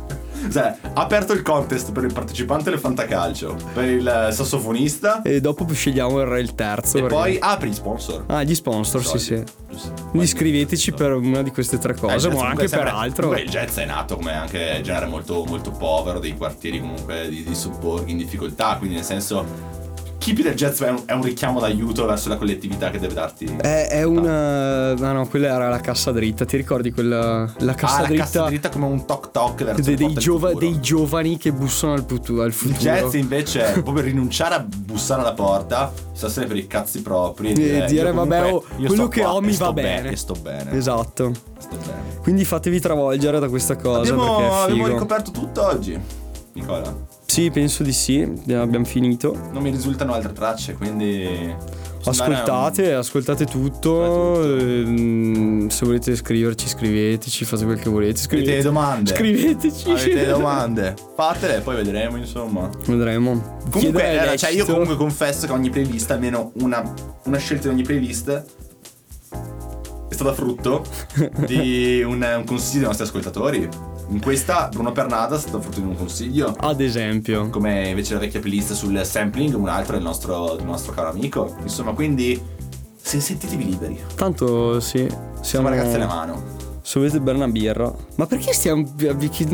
S4: cioè, ha aperto il contest per il partecipante del fantacalcio, per il eh, sassofonista.
S3: E dopo scegliamo il, re il terzo.
S4: E
S3: perché-
S4: poi apri gli sponsor.
S3: Ah, gli sponsor, sì,
S4: Soldi.
S3: sì.
S4: Giusto.
S3: Quindi iscriveteci per una di queste tre
S4: Eh, il
S3: cose,
S4: jazz
S3: ma
S4: comunque
S3: anche
S4: è sempre-
S3: per altro.
S4: comunque il jazz è nato come anche genere molto, molto povero, dei quartieri comunque di, di sobborghi in difficoltà, quindi nel senso. Keep del jazz è un, è un richiamo d'aiuto verso la collettività che deve darti.
S3: È, è una. Ah no, quella era la cassa dritta. Ti ricordi quella. La cassa
S4: ah, la
S3: dritta.
S4: cassa dritta come un toc toc verso
S3: de-
S4: il
S3: dei,
S4: porta del
S3: giova-
S4: futuro.
S3: dei giovani che bussano al, putu- al futuro.
S4: Il jazz invece è proprio rinunciare a bussare alla porta, starsene per i cazzi propri e dire,
S3: dire,
S4: "Io comunque-
S3: vabbè, oh,
S4: io
S3: quello
S4: sto
S3: che
S4: qua
S3: ho
S4: e
S3: mi
S4: sto
S3: va
S4: bene,
S3: bene."
S4: E sto bene.
S3: Esatto.
S4: Sto bene.
S3: Quindi fatevi travolgere da questa cosa.
S4: Abbiamo,
S3: perché è
S4: abbiamo
S3: figo.
S4: ricoperto tutto oggi. Nicola,
S3: Sì, penso di sì. Abbiamo finito.
S4: non mi risultano altre tracce, quindi possiamo andare a un-
S3: Ascoltate, ascoltate tutto. ehm, se volete scriverci, scriveteci, fate quel che volete.
S4: Avete
S3: Scrivete,
S4: le domande?
S3: Scriveteci.
S4: Avete
S3: [laughs]
S4: le domande? Fatele, poi vedremo, insomma.
S3: Vedremo. Chiedo
S4: Comunque,
S3: a
S4: allora, cioè, io
S3: Alessio.
S4: comunque confesso che ogni playlist, almeno una, una scelta di ogni playlist,
S3: [laughs]
S4: è stata frutto di un, un consiglio dei nostri ascoltatori. In questa Bruno Pernada è stato fortissimo un consiglio.
S3: Ad esempio.
S4: Come invece la vecchia playlist sul sampling, un'altra del nostro, del nostro caro amico. Insomma, quindi se sentitevi liberi.
S3: Tanto sì. Siamo
S4: Siamo ragazzi alla mano.
S3: Solete bere una birra. Ma perché stiamo. vi- chi-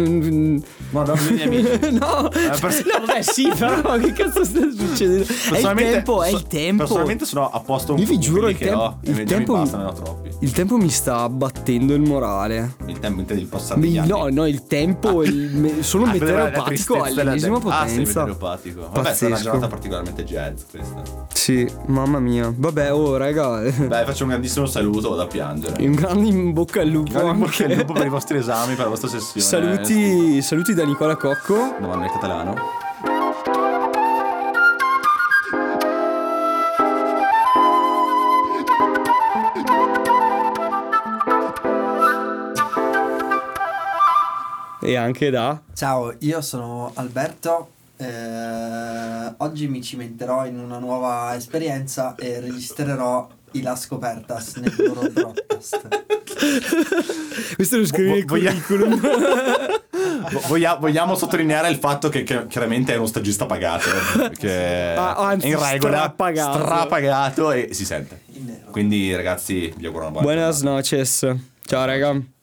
S4: No, no, bisogna
S3: [laughs]
S4: amici.
S3: No,
S5: pers-
S3: [laughs] no, beh, sì,
S5: [laughs]
S3: però che cazzo sta succedendo? È il
S5: Personalmente-
S3: tempo, è
S5: so-
S3: il tempo.
S5: Personalmente sono a posto un
S3: Io vi
S5: con
S3: giuro,
S5: quelli
S3: il
S5: che
S3: tem-
S5: ho, e
S3: il
S5: mi-
S3: tempo-
S5: mi bastano, ne ho troppi.
S3: Il tempo mi sta abbattendo il morale.
S4: Il tempo intende il passato degli
S3: Mi-
S4: anni.
S3: No, no, il tempo. il me- sono
S5: Ah, quella era la
S3: meteoropatico
S5: tristezza della-
S3: all'ennesima
S5: Ah, sei
S3: potenza.
S5: meteoropatico.
S4: Vabbè, sarà una
S3: pazzesco.
S4: giornata particolarmente jazz questa.
S3: sì, mamma mia. Vabbè, oh, raga. [laughs]
S4: Beh, faccio un grandissimo saluto, vado a piangere.
S3: Un grande in bocca al lupo.
S5: Guarda in bocca al
S3: anche.
S5: lupo per i vostri esami, per la vostra sessione.
S3: Saluti, saluti da Nicola Cocco.
S4: No, ma non è catalano.
S3: E anche da.
S1: Ciao, io sono Alberto. eh, oggi mi cimenterò in una nuova esperienza e registrerò i La Scopertas nel loro broadcast.
S2: [laughs]
S3: Questo lo scrivi nel
S5: Vo- voglia-
S3: curriculum.
S5: [laughs] Vo- voglia- vogliamo sottolineare il fatto che, che chiaramente è uno stagista pagato. Che
S3: Ah, anzi,
S5: è in regola,
S3: strapagato.
S5: strapagato e si sente.
S1: In nero.
S4: Quindi, ragazzi, vi auguro una buona
S3: Buenas noches. Ciao, raga.